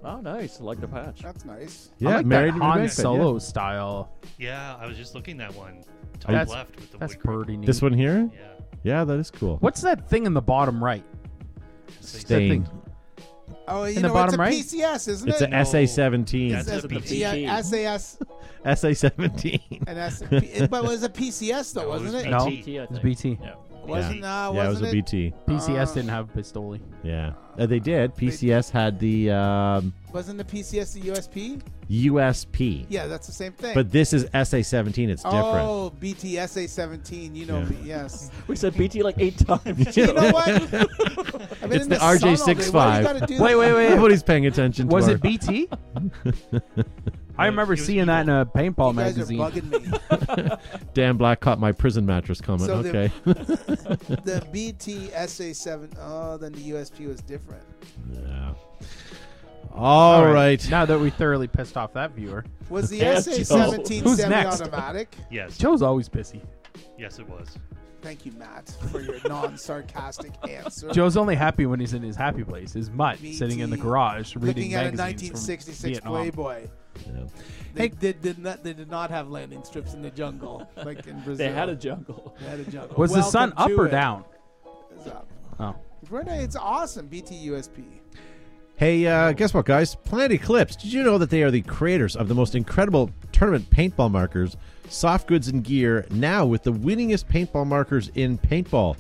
S3: oh nice, I like the patch.
S2: That's nice.
S1: Yeah,
S4: I like
S1: married
S4: that
S1: to
S4: Han
S1: Rebecca, yeah.
S4: Solo style.
S7: Yeah, I was just looking that one. Top
S4: That's-
S7: left with the
S4: That's
S7: wood grain.
S4: pretty neat.
S1: This one here.
S7: Yeah.
S1: Yeah, that is cool.
S4: What's that thing in the bottom right?
S1: stain?
S4: that
S2: Oh, you
S4: the
S2: know it's
S4: bottom
S2: a
S4: right?
S2: PCS, isn't
S1: It's
S2: it?
S1: an
S7: No.
S1: SA seventeen.
S7: That's
S2: It's
S7: a
S2: a
S7: PT.
S2: yeah, SAS
S1: SA seventeen.
S2: and S. But it was a PCS though,
S7: No, it
S2: Oh, wasn't
S7: was E
S2: it?
S4: No,
S7: BT,
S3: BT, I
S4: it's
S3: think.
S4: BT.
S3: Yeah.
S2: Wasn't uh,
S1: yeah, it was
S2: wasn't
S1: a BT.
S4: PCS didn't have Pistoli.
S1: Yeah, Uh, they did. PCS had the um,
S2: Wasn't the PCS the USP?
S1: USP,
S2: Yeah, that's the same thing.
S1: but this is SA17. It's different.
S2: oh, BTSA 17. You know
S1: Yeah.
S2: me, yes.
S3: We said BT like eight times.
S2: You know what? I've been
S1: It's
S2: in
S1: the
S2: sun all day. Why do you gotta
S1: RJ65.
S2: do that?
S1: Nobody's paying attention. to
S4: Was
S1: our-
S4: it BT? I remember
S7: It was
S4: seeing that in a paintball
S2: You guys
S4: magazine.
S2: are bugging me.
S1: Dan Black caught my prison mattress comment.
S2: So the-
S1: okay.
S2: the BTSA 7. Oh, then the USP was different.
S1: yeah. All right.
S4: Now that we thoroughly pissed off that viewer,
S2: Was the
S3: Yeah,
S2: SA
S3: Joe.
S2: 17
S4: Who's next?
S2: semi-automatic?
S7: Yes.
S4: Joe's always pissy.
S7: Yes, it was.
S2: Thank you, Matt, for your non-sarcastic answer.
S4: Joe's only happy when he's in his happy place, his mutt, sitting in the
S2: BT,
S4: garage reading
S2: Looking at a
S4: magazines from
S2: 1966
S4: Vietnam.
S2: Playboy.
S1: Yeah.
S2: They did, did not. They did not have landing strips in the jungle like in Brazil.
S3: They had a jungle.
S2: They had a jungle.
S4: Was the sun up
S2: Welcome to
S4: or
S2: it.
S4: down?
S2: It's up.
S4: Oh.
S2: Renee, it's awesome. BTUSP.
S1: Hey, uh, guess what, guys? Planet Eclipse. Did you know that they are the creators of the most incredible tournament paintball markers, soft goods, and gear? Now with the winningest paintball markers in paintball.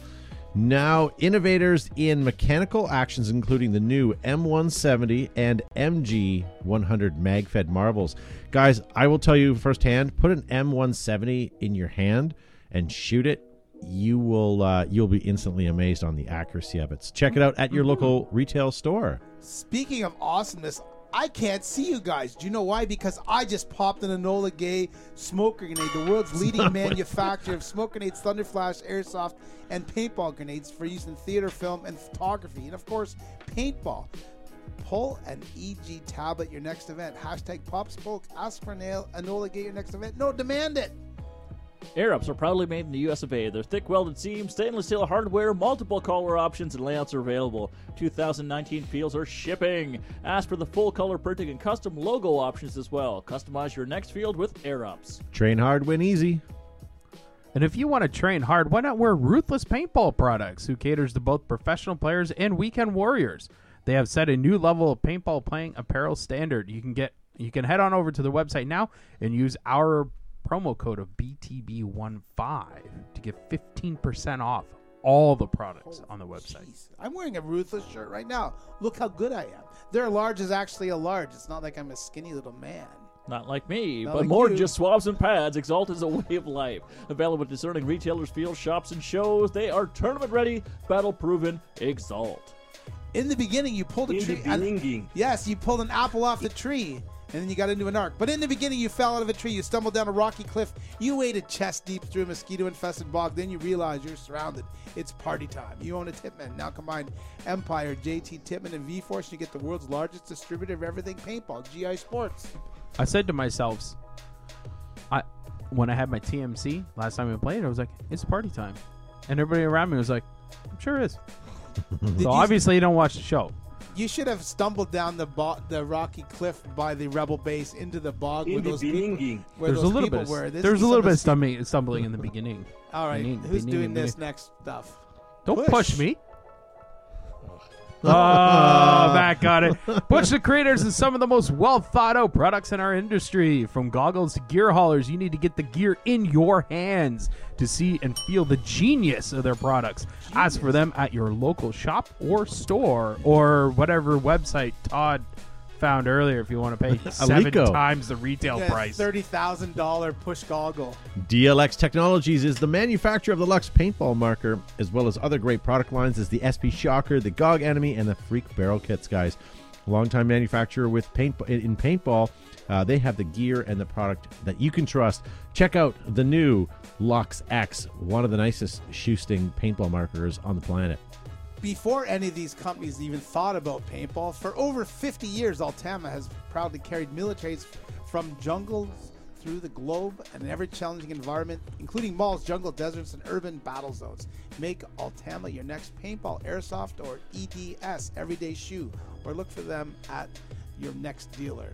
S1: Now innovators in mechanical actions, including the new M170 and MG100 MagFed marbles. Guys, I will tell you firsthand: put an M170 in your hand and shoot it you will uh, you'll be instantly amazed on the accuracy of it. So check it out at your local retail store.
S2: Speaking of awesomeness, I can't see you guys. Do you know why? Because I just popped an Enola Gay smoke grenade, the world's leading manufacturer of smoke grenades, thunder flash, airsoft, and paintball grenades for use in theater, film, and photography, and of course, paintball. Pull an EG tab at your next event. Hashtag pop smoke. Ask for an Enola Gay at your next event. No, demand it.
S3: Air ups are proudly made in the US of A. Their thick welded seams, stainless steel hardware, multiple color options, and layouts are available. 2019 feels are shipping. Ask for the full color printing and custom logo options as well. Customize your next field with air ups.
S1: Train hard, win easy.
S4: And if you want to train hard, why not wear Ruthless Paintball Products, who caters to both professional players and weekend warriors? They have set a new level of paintball playing apparel standard. You can get you can head on over to their website now and use our promo code of BTB15 to get 15% off all the products on the website.
S2: Jeez, I'm wearing a ruthless shirt right now. Look how good I am. Their large is actually a large. It's not like I'm a skinny little man.
S3: Not like me,
S2: Not
S3: but
S2: like
S3: more
S2: you.
S3: than just swabs and pads. Exalt is a way of life. Available at discerning retailers, field shops, and shows. They are tournament ready, battle proven. Exalt.
S2: In the beginning, you pulled a
S8: In the
S2: tree. and-
S8: beginning.
S2: yes, you pulled an apple off the tree, and then you got into an arc. But in the beginning, you fell out of a tree. You stumbled down a rocky cliff. You waded chest deep through a mosquito-infested bog. Then you realize you're surrounded. It's party time. You own a Titman. Now combine Empire, JT Titman, and V-Force, and you get the world's largest distributor of everything paintball, GI Sports.
S4: I said to myself, I when I had my TMC last time we played, I was like, it's party time. And everybody around me was like, I'm sure is.
S2: Did
S4: So
S2: you-
S4: obviously you don't watch the show.
S2: You should have stumbled down the bo- the rocky cliff by the rebel base into the bog where
S8: In the
S2: those people,
S8: beginning.
S2: where
S4: there's a
S2: those
S4: little
S2: people
S4: bit. Of,
S2: were. This
S4: there's
S2: is
S4: a
S2: some
S4: little bit
S2: of
S4: of
S2: the-
S4: stumbling, stumbling in the beginning.
S2: All right,
S4: Beginning,
S2: who's
S4: beginning,
S2: doing this
S4: beginning.
S2: next stuff?
S4: Don't
S2: Push.
S4: push, me. Oh, that got it. Push the creators and some of the most well thought out products in our industry. From goggles to gear haulers, you need to get the gear in your hands to see and feel the genius of their products. Ask for them at your local shop or store or whatever website Todd found earlier if you want to pay seven
S1: Alico.
S4: times the retail price.
S2: Thirty thousand dollar push goggle.
S1: DLX Technologies is the manufacturer of the Lux paintball marker, as well as other great product lines as the SP Shocker, the GOG Enemy, and the Freak Barrel Kits, guys. Longtime manufacturer with paint in in paintball, uh, they have the gear and the product that you can trust. Check out the new Lux X, one of the nicest shoesting paintball markers on the planet.
S2: Before any of these companies even thought about paintball, for over 50 years, Altama has proudly carried militaries from jungles through the globe and an ever challenging environment, including malls, jungle deserts, and urban battle zones. Make Altama your next paintball, airsoft, or EDS everyday shoe, or look for them at your next dealer.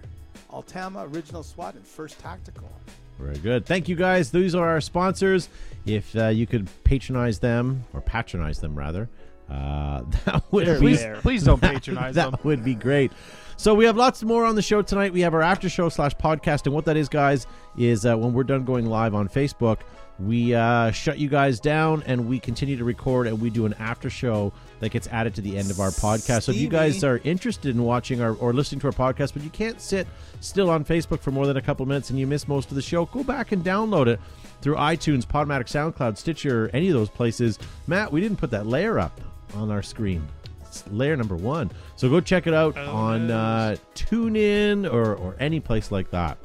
S2: Altama, Original SWAT, and First Tactical.
S1: Very good. Thank you guys. Those are our sponsors. If uh, you could patronize them or patronize them rather, uh, that would be
S4: Please, please don't patronize them.
S1: that would be great. So we have lots more on the show tonight. We have our after show slash podcast, and what that is, guys, is uh, when we're done going live on Facebook, we uh, shut you guys down and we continue to record, and we do an after show that gets added to the end of our podcast. So if you guys
S2: Stevie.
S1: are interested in watching our or listening to our podcast, but you can't sit still on Facebook for more than a couple minutes and you miss most of the show, go back and download it through iTunes, Podmatic, SoundCloud, Stitcher, any of those places. Matt, we didn't put that layer up on our screen. It's layer number one. So go check it out
S7: Oh,
S1: on
S7: no.
S1: uh, TuneIn or or any place like that.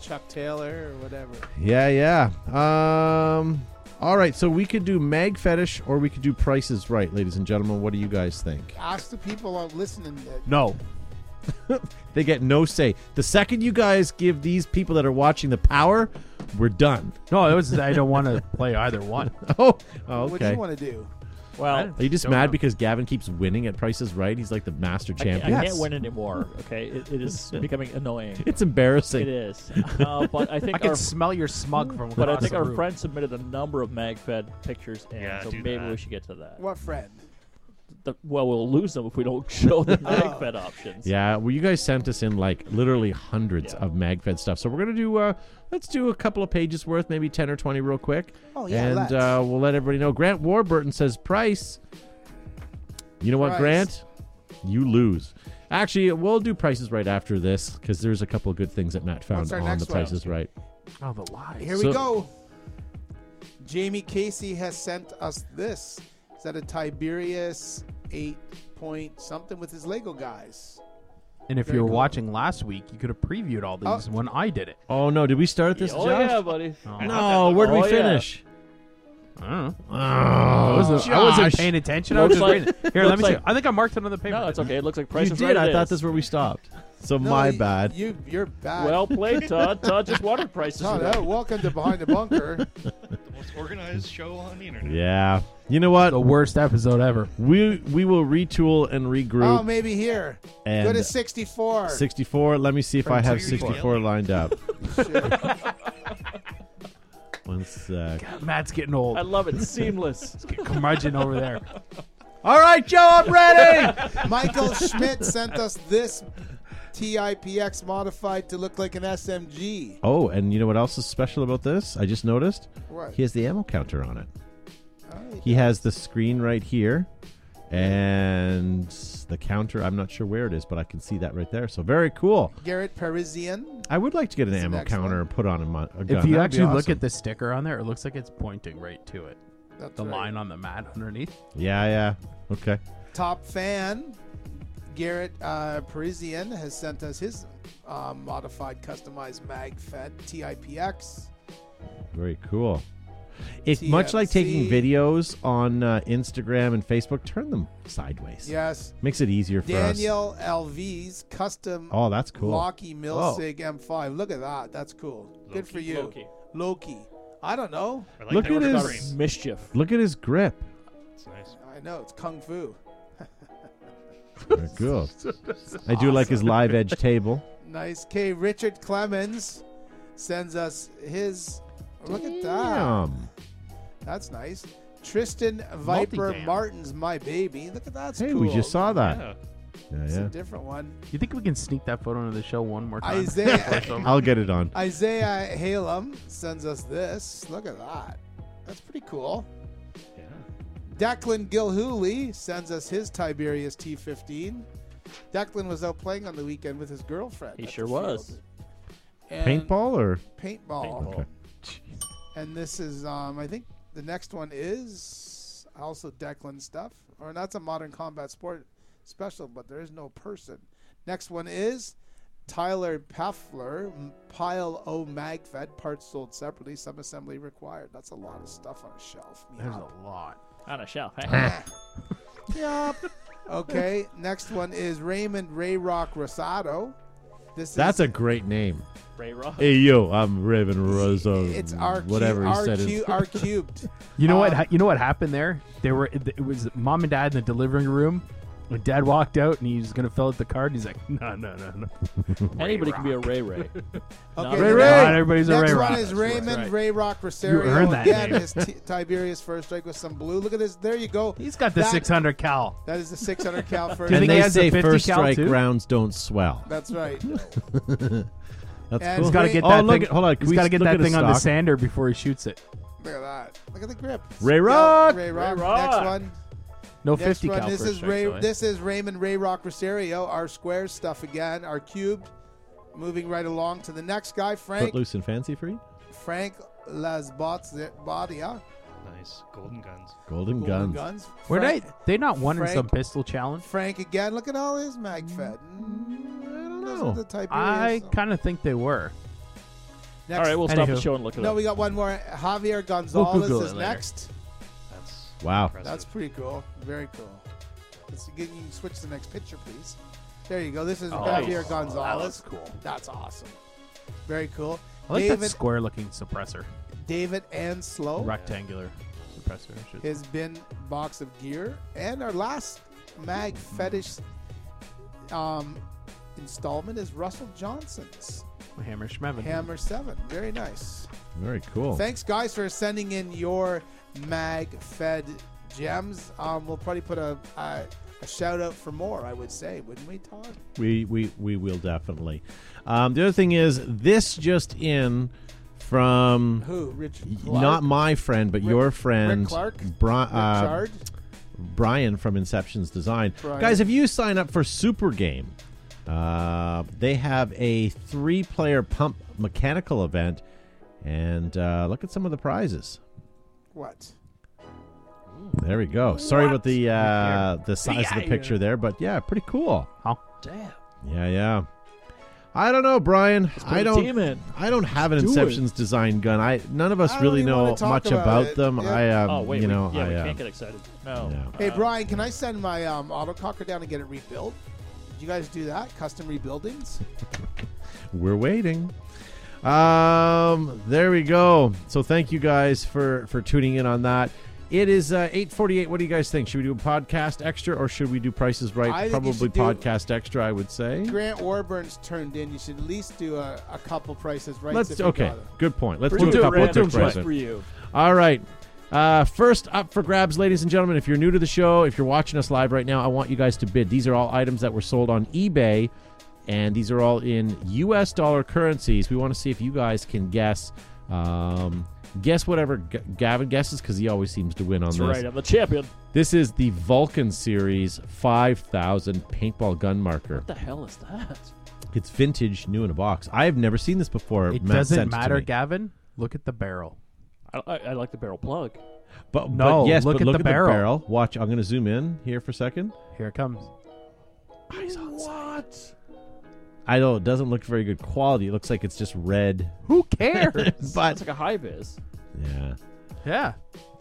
S2: Chuck Taylor or whatever.
S1: Yeah, yeah. Um, all right, so we could do Mag Fetish or we could do Prices Right, ladies and gentlemen. What do you guys think?
S2: Ask the people out listening. That,
S4: No.
S1: They get no say. The second you guys give these people that are watching the power, we're done.
S4: No, it was I don't want to play either one.
S1: Oh, oh,
S2: What do
S1: okay.
S2: you want to do?
S3: Well,
S1: Are you just
S4: Don't
S1: mad
S4: know.
S1: because Gavin keeps winning at Prices Right? He's like the master
S3: I can't, I
S1: champion.
S3: can't win anymore. Okay, it, it is becoming annoying.
S1: It's embarrassing.
S3: It is, uh, but I think
S4: I can
S3: our
S4: smell your smug from
S3: but I
S4: across
S3: think
S4: the
S3: our
S4: room.
S3: friend submitted a number of MagFed pictures, and
S7: Yeah,
S3: so
S7: do
S3: maybe
S7: that.
S3: we should get to that.
S2: What friend?
S3: The- well, we'll lose them if we don't show the MagFed options.
S1: Yeah, well, you guys sent us in like literally hundreds
S3: Yeah.
S1: of MagFed stuff. So we're gonna do uh, let's do a couple of pages worth, maybe ten or twenty, real quick.
S2: Oh, yeah,
S1: and
S2: let's.
S1: Uh, we'll let everybody know. Grant Warburton says price. You know what,
S2: Price.
S1: Grant? You lose. Actually, we'll do prices right after this because there's a couple of good things that Matt found
S2: What's our
S1: on
S2: next
S1: the prices right.
S4: Oh, the lies.
S2: Here
S1: So-
S2: we go. Jamie Casey has sent us this. Is that a Tiberius eight point something with his Lego guys?
S4: And if
S2: Very
S4: you were
S2: cool.
S4: watching last week, you could have previewed all these
S2: Oh.
S4: when I did it.
S1: Oh no! Did we start this?
S3: oh
S1: Josh?
S3: yeah, buddy.
S7: I thought
S1: No,
S7: that
S1: where did
S3: Oh,
S1: we
S3: yeah.
S1: finish?
S4: I don't know. I,
S1: Oh,
S4: wasn't, I wasn't
S1: Josh.
S4: paying attention. I was
S3: Looks like-
S4: just reading. it. Here,
S3: looks
S4: let me
S3: like-
S4: see. I think I marked it on the paper.
S3: No, it's okay. It looks like Price
S1: You
S3: is
S1: did.
S3: Right.
S1: I
S3: it
S1: thought
S3: is.
S1: this is where we stopped. So
S2: No,
S1: my
S2: you-
S1: bad.
S2: You you're bad.
S3: Well played, Todd. Todd just wanted Price is
S2: no,
S3: Right.
S2: no, welcome to behind the bunker.
S7: The most organized show on the internet.
S1: yeah. You know what?
S4: The worst episode ever.
S1: We we will retool and regroup.
S2: oh, maybe here.
S1: and
S2: Go to sixty four.
S1: 64. Let me see if I have
S7: Frontier
S1: 64
S7: Yelling.
S1: lined up.
S2: Sure.
S1: One sec.
S4: Matt's getting old.
S3: I love it. Seamless.
S4: Curmudgeon over there.
S1: All right, Joe, I'm ready.
S2: Michael Schmidt sent us this TIPX modified to look like an SMG.
S1: oh, and you know what else is special about this? I just noticed.
S2: What?
S1: He has the ammo counter on it.
S2: All right.
S1: He has the screen right here and the counter. I'm not sure where it is, but I can see that right there. So very cool.
S2: Garrett Parisian.
S1: I would like to get an
S2: It's an
S1: ammo
S2: excellent-
S1: counter and put on a, mon- a gun.
S4: If you
S1: That'd be
S4: actually look
S1: awesome.
S4: at the sticker on there, it looks like it's pointing right to it.
S2: That's
S4: The
S2: right.
S4: line on the mat underneath.
S1: Yeah, yeah. Okay.
S2: Top fan Garrett uh, Parisian has sent us his uh, modified customized MagFed TIPX.
S1: Very cool. If much
S2: uh,
S1: like taking
S2: TMC.
S1: videos on uh, Instagram and Facebook, turn them sideways.
S2: Yes.
S1: Makes it easier for us.
S2: Daniel LV's custom
S1: Oh, that's cool.
S2: Locky Milsig M5. Look at that. That's cool. Good for you.
S3: Loki.
S2: Loki. I don't know.
S7: I like
S1: Look
S7: that
S1: at
S7: order
S1: his-
S7: frame.
S3: Mischief.
S1: Look at his grip.
S7: It's nice.
S2: I know. It's Kung Fu.
S1: Very cool. I do like his live edge table.
S2: Nice. K. Richard Clemens sends us his. Look at that.
S1: Damn.
S2: That's nice. Tristan Viper
S4: Multi-cam.
S2: Martin's my baby. Look at that. That's
S1: Hey,
S2: cool.
S1: we just saw that.
S7: Yeah.
S1: Yeah,
S2: It's
S1: yeah.
S2: a different one.
S4: You think we can sneak that photo into the show one more time?
S2: Isaiah
S1: I'll get it on.
S2: Isaiah Halem sends us this. Look at that. That's pretty cool.
S7: Yeah.
S2: Declan Gilhooly sends us his Tiberius T15. Declan was out playing on the weekend with his girlfriend.
S3: He
S2: at the
S3: sure
S2: field.
S3: was.
S2: And
S1: Paintball or
S2: Paintball.
S1: Okay.
S2: And this is, um, I think, the next one is also Declan stuff, or that's a modern combat sport special, but there is no person. Next one is Tyler Peffler, M- Pile O Magfed, parts sold separately, some assembly required. That's a lot of stuff on a shelf.
S4: There's
S2: Meow.
S4: a lot.
S3: On a shelf.
S1: Ah.
S2: okay, next one is Raymond Ray Rock Rosado. This is
S1: That's a great name.
S3: Ray Ross.
S1: Hey yo, I'm Raven Rosa.
S2: it's R cubed.
S1: whatever he
S2: R,
S1: said.
S2: cu-
S1: Is,
S2: R cubed.
S4: You know what?
S2: Uh,
S4: ha- You know what happened there? They were. It was mom and dad in the delivery room My dad walked out and he was gonna fill out the card. And he's like, no, no, no, no.
S3: Anybody can be a Ray Ray.
S2: Okay,
S4: Ray
S2: the
S4: Ray.
S2: next-
S4: Not everybody's a
S2: next
S4: Ray
S2: one
S4: Rock.
S2: is
S4: That's right.
S2: Raymond
S4: Right.
S2: Ray Rock Rosario.
S4: You earned that
S2: Again,
S4: name.
S2: his T- Tiberius first strike with some blue. Look at this. There you go.
S4: He's got the
S2: That-
S4: 600 cal.
S2: That is the 600 cal first.
S4: Do
S1: and
S4: you think he
S1: they
S4: has a
S1: say
S4: 50
S1: first
S4: cal
S1: strike
S4: too?
S1: rounds don't swell.
S2: That's right.
S1: That's
S2: And
S1: cool.
S4: He's got to get
S1: oh,
S4: that
S1: look
S4: thing.
S1: at- hold on. can
S4: He's
S1: we
S4: got to get
S1: look
S4: that
S1: at his
S4: thing on the
S1: stock?
S4: sander before he shoots it.
S2: Look at that. Look at the grip.
S1: Ray
S2: Yeah,
S1: Rock.
S2: Ray Rock.
S3: Rock.
S2: Next one.
S4: No
S2: Next
S4: 50
S2: one.
S4: Oh, cal.
S2: This
S4: first
S2: is
S4: strike,
S2: Ray.
S4: though, eh?
S2: This is Raymond Ray Rock Rosario. Our square stuff again. Our cubed. Moving right along to the next guy, Frank
S1: Footloose and fancy free.
S2: Frank eh, Lasbots
S7: Nice. Golden guns.
S1: Golden, guns.
S2: guns.
S4: Were they
S2: Frank,
S4: they not won in
S2: Frank-
S4: some pistol challenge?
S2: Frank again. Look at all his magfed. Mm, I don't
S1: know.
S2: The Tiberius.
S4: I kind of think they were.
S2: Next-
S3: All right, we'll stop the
S4: Anywho.
S3: show and look it
S2: no,
S3: up.
S2: we got one more. Javier Gonzalez
S4: Google
S2: is
S4: it later.
S2: next.
S7: That's
S1: Wow.
S7: impressive.
S2: That's pretty cool. Very cool. Let's you can switch to the next picture, please. There you go. This is Javier Gonzalez.
S4: Oh. cool.
S2: That's awesome. Very cool.
S4: I like that
S2: David Oh.
S4: square looking suppressor.
S2: David Anslow
S4: Rectangular suppressor. I should-
S2: has been box of gear. And our last mag fetish um, installment is Russell Johnson's
S4: Hammer Schmevin.
S2: Hammer 7. Very nice.
S1: Very cool.
S2: Thanks, guys, for sending in your mag fed gems. Um, we'll probably put a, a, a shout out for more, I would say, wouldn't we, Todd?
S1: We we we will definitely. Um, the other thing is this just in from
S2: Who? Rich?
S1: not my friend but
S2: Rick-
S1: your friend
S2: Rick Clark?
S1: Bri- uh,
S2: Richard?
S1: Brian from Inception's Design.
S2: Brian.
S1: Guys, if you sign up for Super Game, uh, they have a three-player pump mechanical event, and uh, look at some of the prizes.
S2: what?
S1: There we go. Sorry about the uh, the size of the picture there, but yeah, pretty cool.
S4: Huh?
S3: Damn.
S1: Yeah, yeah. I don't know, Brian. I
S3: Put a
S1: don't.
S3: team in.
S1: I don't have an
S3: Do it.
S1: Inceptions design gun. I none of
S2: I
S1: us
S2: don't
S1: really
S2: even
S1: know
S2: wanna talk
S1: much
S2: about
S1: about
S2: it.
S1: them.
S2: Yeah.
S1: I, um,
S3: Oh wait,
S1: you
S3: we-
S1: know,
S3: yeah,
S1: I,
S3: we
S1: uh,
S3: can't get excited. No.
S1: No.
S2: Hey,
S3: Uh,
S2: Brian, can I send my um, autococker down and get it rebuilt? Did you guys do that? Custom rebuildings?
S1: we're waiting. Um, there we go. So thank you guys for for tuning in on that. It is uh, eight forty eight. What do you guys think? Should we do a podcast extra or should we do prices right?
S2: I think you
S1: Probably
S2: should do-
S1: podcast extra. I would say.
S2: Grant Warburn's turned in. You should at least do a, a couple prices right.
S1: Let's okay. Good point. Let's do
S3: We'll
S1: a
S3: do it
S1: couple of
S3: random
S1: different
S3: just for you.
S1: All right. Uh, first up for grabs, ladies and gentlemen, if you're new to the show, if you're watching us live right now, I want you guys to bid. These are all items that were sold on eBay, and these are all in US dollar currencies. We want to see if you guys can guess. Um, guess whatever G- Gavin guesses because he always seems to win on
S3: That's
S1: this.
S3: right. I'm the champion.
S1: This is the Vulcan Series 5000 paintball gun marker.
S3: What the hell is that?
S1: It's vintage, new in a box. I have never seen this before.
S4: It
S1: Matt sent
S4: doesn't
S1: to
S4: matter,
S1: me.
S4: Gavin. Look at the barrel.
S3: I, I, I like the barrel plug.
S1: But,
S4: No,
S1: but yes,
S4: look
S1: but
S4: at
S1: look
S4: the
S1: at
S4: barrel.
S1: the barrel. Watch, I'm going to zoom in here for a second.
S4: Here it comes.
S3: What?
S1: I know it doesn't look very good quality. It looks like it's just red.
S4: Who cares?
S1: But
S3: That's like a high vis.
S1: yeah,
S4: yeah.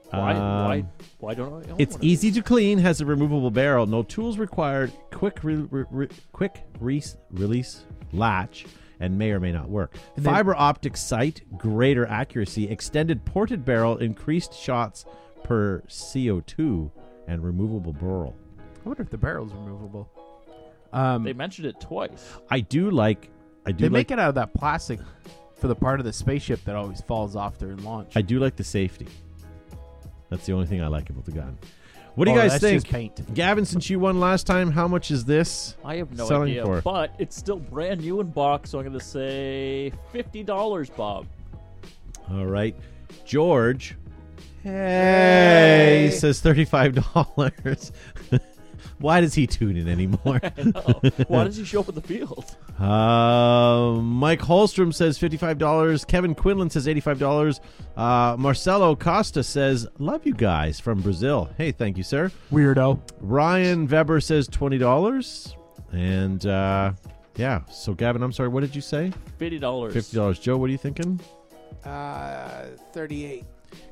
S3: Why? why?
S1: Um,
S3: Why don't I? Own
S1: it's
S3: one of
S1: easy
S3: these?
S1: to clean. Has a removable barrel. No tools required. Quick, re- re- re- quick re- release latch, and may or may not work.
S4: And then-
S1: Fiber optic sight, greater accuracy, extended ported barrel, increased shots per CO2, and removable barrel.
S4: I wonder if the barrel's removable. Um,
S3: They
S4: they,
S3: mentioned it twice.
S1: I do like. I do like.
S4: make it out of that plastic for the part of the spaceship that always falls off during launch.
S1: I do like the safety. That's the only thing I like about the gun. What do you
S4: Oh,
S1: guys
S4: that's
S1: think?
S4: just paint.
S1: Gavin, since you won last time, how much is this?
S3: I have no
S1: Selling
S3: idea,
S1: for.
S3: but it's still brand new in box, so I'm going to say fifty dollars, Bob.
S1: All right. George. Hey. Says $35. Why does he tune in anymore?
S3: Oh, why does he show up at the field?
S1: uh, Mike Holstrom says $55. Kevin Quinlan says $85. Uh, Marcelo Costa says, Love you guys from Brazil. Hey, thank you, sir.
S4: Weirdo.
S1: Ryan Weber says $20. And uh, yeah, so Gavin, I'm sorry, what did you say?
S3: Fifty dollars.
S1: $50. Joe, what are you thinking?
S2: Uh, 38.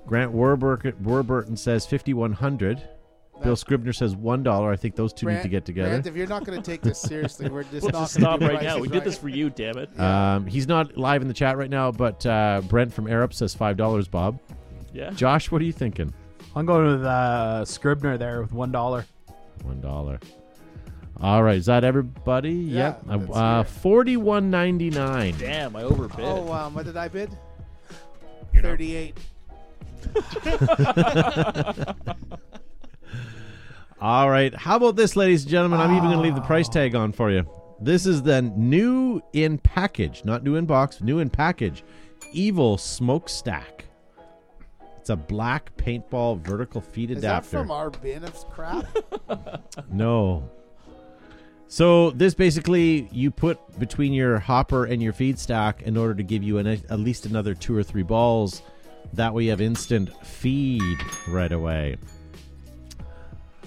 S1: Grant Warburton, Warburton says 5100 Bill Scribner says $1. I think those two need
S2: Grant-
S1: to get together.
S2: Grant, if you're not going to take this seriously, we're
S3: Let's
S2: just not
S3: just
S2: gonna
S3: stop
S2: do
S3: right now.
S2: prices
S3: We did
S2: right.
S3: this for you, damn it.
S1: um, he's not live in the chat right now, but uh, Brent from Arup says $5, Bob.
S3: Yeah.
S1: Josh, what are you thinking?
S4: I'm going with uh, Scribner there with one dollar.
S1: $1. All right, is that everybody?
S2: Yeah,
S1: yep.
S2: that's
S1: Uh, forty-one ninety-nine.
S3: Damn, I overbid.
S2: Oh wow, what did I bid?
S7: You're not-
S2: Thirty-eight.
S1: All right. How about this, ladies and gentlemen? I'm even going to leave the price tag on for you. This is the new in package, not new in box, new in package. Evil Smokestack. It's a black paintball vertical feed
S2: Is that
S1: adapter.
S2: from our bin of crap?
S1: no. So this basically you put between your hopper and your feed stack in order to give you an, at least another two or three balls. That way you have instant feed right away.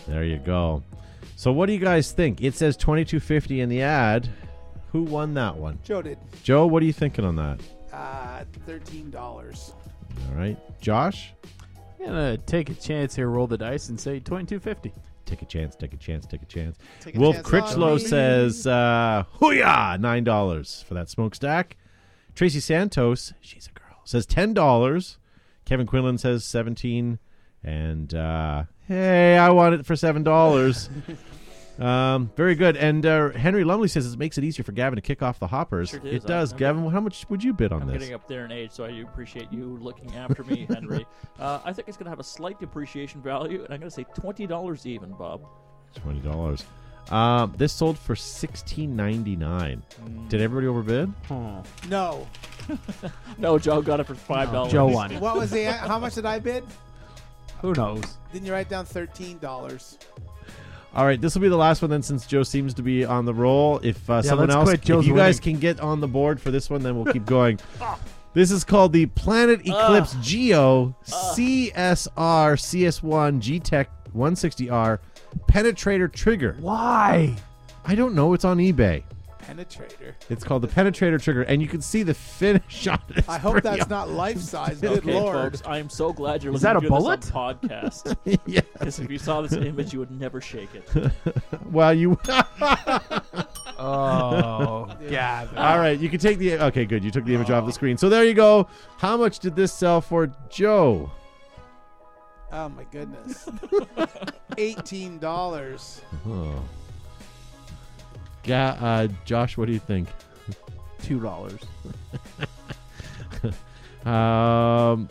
S1: There you go. So what do you guys think? It says 2250 in the ad. Who won that one?
S2: Joe did.
S1: Joe, what are you thinking on that?
S2: Uh, Thirteen dollars.
S1: All right. Josh?
S4: I'm gonna uh, take a chance here, roll the dice, and say twenty-two fifty.
S1: Take a chance, take a chance, take a chance.
S2: Take a
S1: Wolf
S2: chance
S1: Critchlow
S2: on me.
S1: says, uh, hooyah, $9 for that smokestack. Tracy Santos, she's a girl, says $10. Kevin Quinlan says 17 And uh, hey, I want it for $7. um, very good. And uh, Henry Lumley says it makes it easier for Gavin to kick off the hoppers.
S3: Sure does.
S1: it does.
S3: I'm-
S1: Gavin, how much would you bid on
S3: I'm
S1: this?
S3: getting up there in age, so I do appreciate you looking after me, Henry. uh, I think it's going to have a slight depreciation value, and I'm going to say twenty dollars even, Bob.
S1: $20. Um, this sold for sixteen ninety nine.
S3: Mm.
S1: Did everybody overbid?
S2: No.
S3: No, Joe got it for five dollars.
S4: Joe won.
S2: What was the? How much did I bid?
S4: Who knows?
S2: Then you write down thirteen dollars.
S1: All right, this will be the last one then, since Joe seems to be on the roll. If uh, someone
S4: let's
S1: else,
S4: quit.
S1: if you
S4: Joe's
S1: guys can get on the board for this one, then we'll keep going. This is called the Planet Eclipse Geo CSR CS1 G Tech 160R Penetrator Trigger.
S4: Why?
S1: I don't know. It's on eBay.
S2: Penetrator.
S1: It's called the Penetrator Trigger, and you can see the finish on it.
S2: I hope that's not life size. Good
S3: Okay,
S2: lord.
S3: folks, I am so glad you're
S4: Is
S3: listening to
S4: that a bullet?
S3: this on podcast.
S1: yeah.
S3: Because if you saw this image, you would never shake it.
S1: Well, you.
S4: Oh, Gavin.
S1: All right, you can take the. Okay, good. You took the image off the
S2: Ah.
S1: screen. So there you go. How much did this sell for, Joe?
S2: Oh my goodness. Eighteen dollars.
S1: Oh. Yeah, uh, Josh, what do you think?
S4: Two dollars.
S1: Um,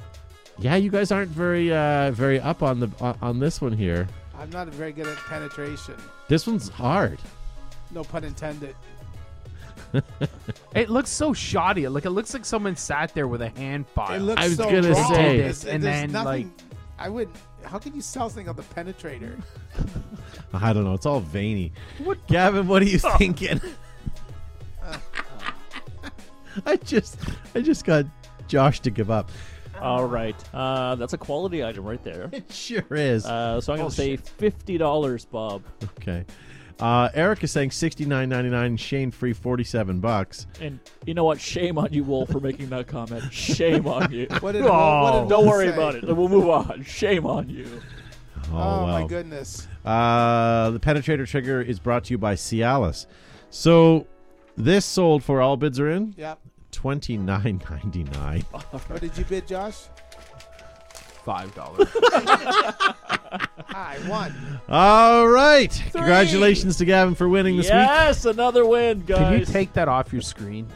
S1: yeah, you guys aren't very uh, very up on the on- on this one here.
S2: I'm not very good at penetration.
S1: This one's hard.
S2: No pun intended.
S4: It looks so shoddy. Like it looks like someone sat there with a hand file.
S2: It looks
S1: I was
S2: so
S1: gonna
S2: raw.
S1: say.
S2: There's-
S4: And
S2: there's
S4: then,
S2: nothing- I wouldn't. How can you sell something on the penetrator?
S1: I don't know. It's all veiny. What, Gavin? What are you thinking? I just I just got Josh to give up.
S3: All right, uh, that's a quality item right there.
S1: It sure is.
S3: Uh, so I'm going to say fifty dollars, Bob.
S1: okay. Uh, Eric is saying sixty nine ninety nine. Shane free forty seven bucks.
S3: And you know what? Shame on you, Wolf, for making that comment. Shame on you.
S2: What did, what did
S3: Don't
S2: Wolf
S3: worry
S2: say?
S3: about it. We'll move on. Shame on you.
S1: Oh,
S2: Oh, my
S1: wow.
S2: goodness.
S1: Uh, the penetrator trigger is brought to you by Cialis. So this sold for all bids are in
S2: Yep.
S1: twenty nine ninety nine.
S2: What did you bid, Josh?
S4: Five dollars.
S2: I won.
S1: All right, congratulations to Gavin for winning this week.
S3: Yes, another win, guys.
S4: Can you take that off your screen?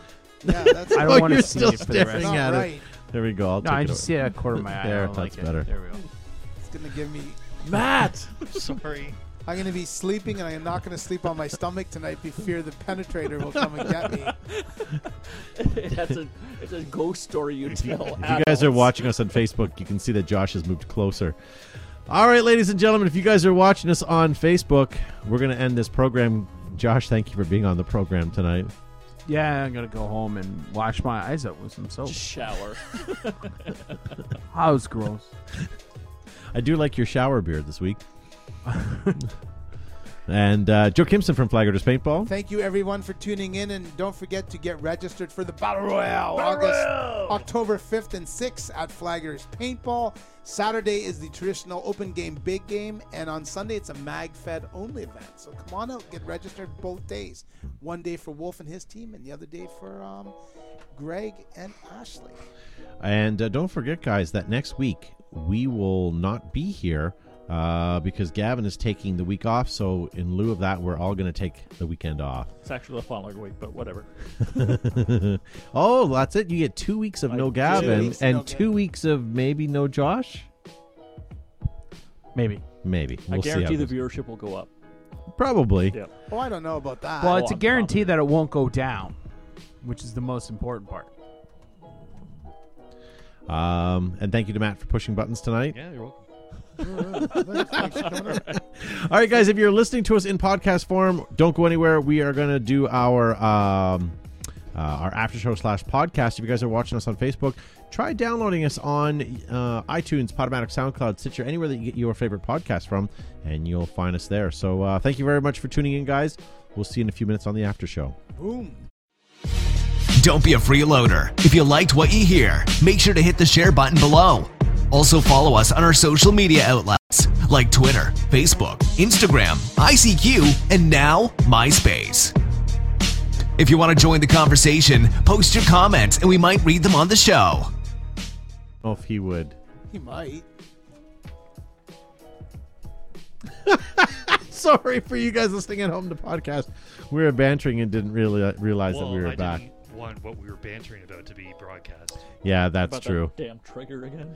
S2: Yeah, that's
S4: I
S1: Oh,
S4: don't want
S1: you're
S4: to see
S1: still
S4: it for the
S1: staring
S4: rest.
S2: not
S1: at it.
S2: right.
S1: There we go. I'll
S4: No,
S1: take
S4: I
S1: it
S4: just
S1: over.
S4: see a quarter of my eye. I
S1: There,
S4: don't like
S1: that's
S4: it.
S1: better.
S4: There we go.
S2: It's gonna give me.
S3: Matt.
S7: Sorry.
S2: I'm gonna be sleeping, and I'm not gonna sleep on my stomach tonight. Be fear the penetrator will come and get me.
S3: That's a it's a ghost story you tell.
S1: If you guys are watching us on Facebook, you can see that Josh has moved closer. All right, ladies and gentlemen, if you guys are watching us on Facebook, we're going to end this program. Josh, thank you for being on the program tonight.
S4: Yeah, I'm gonna go home and wash my eyes out with some soap.
S3: Just shower.
S4: That was gross.
S1: I do like your shower beard this week. and uh, Joe Kimson from Flaggers Paintball.
S2: Thank you, everyone, for tuning in, and don't forget to get registered for the Battle Royale, August, October 5th and 6th at Flaggers Paintball. Saturday is the traditional open game, big game, and on Sunday it's a MagFed only event. So come on out, get registered both days. One day for Wolf and his team, and the other day for um, Greg and Ashley.
S1: And uh, don't forget, guys, that next week we will not be here uh, because Gavin is taking the week off. So in lieu of that, we're all going to take the weekend off.
S3: It's actually the following week, but whatever.
S1: oh, that's it. You get two weeks of
S3: Like
S1: no
S3: two
S1: Gavin
S2: weeks of
S1: and
S2: no
S1: two
S2: Gavin.
S1: weeks of maybe no Josh.
S4: Maybe.
S1: Maybe we'll
S3: I
S1: see
S3: guarantee
S1: how
S3: the
S1: this-
S3: viewership will go up.
S1: Probably.
S3: Yep.
S2: Oh, I don't know about that.
S4: Well,
S3: Oh,
S4: it's a
S3: I'm
S4: guarantee that it won't go down, which is the most important part.
S1: Um, and thank you to Matt for pushing buttons tonight.
S7: Yeah, you're welcome.
S1: All right, guys, if you're listening to us in podcast form, don't go anywhere. We are going to do our um, uh, our after show slash podcast. If you guys are watching us on Facebook, try downloading us on uh, iTunes, Podomatic, SoundCloud, Stitcher, anywhere that you get your favorite podcast from, and you'll find us there. So uh, thank you very much for tuning in, guys. We'll see you in a few minutes on the after show.
S2: Boom.
S8: Don't be a freeloader. If you liked what you hear, make sure to hit the share button below. Also, follow us on our social media outlets like Twitter, Facebook, Instagram, ICQ, and now MySpace. If you want to join the conversation, post your comments and we might read them on the show.
S1: Oh, if he would.
S2: He might.
S1: Sorry for you guys listening at home to podcast. We were bantering and didn't really uh, realize that
S7: Well,
S1: we were
S7: I
S1: back.
S7: didn't want what we were bantering about to be broadcast.
S1: Yeah, that's
S3: About
S1: true.
S3: That damn trigger again.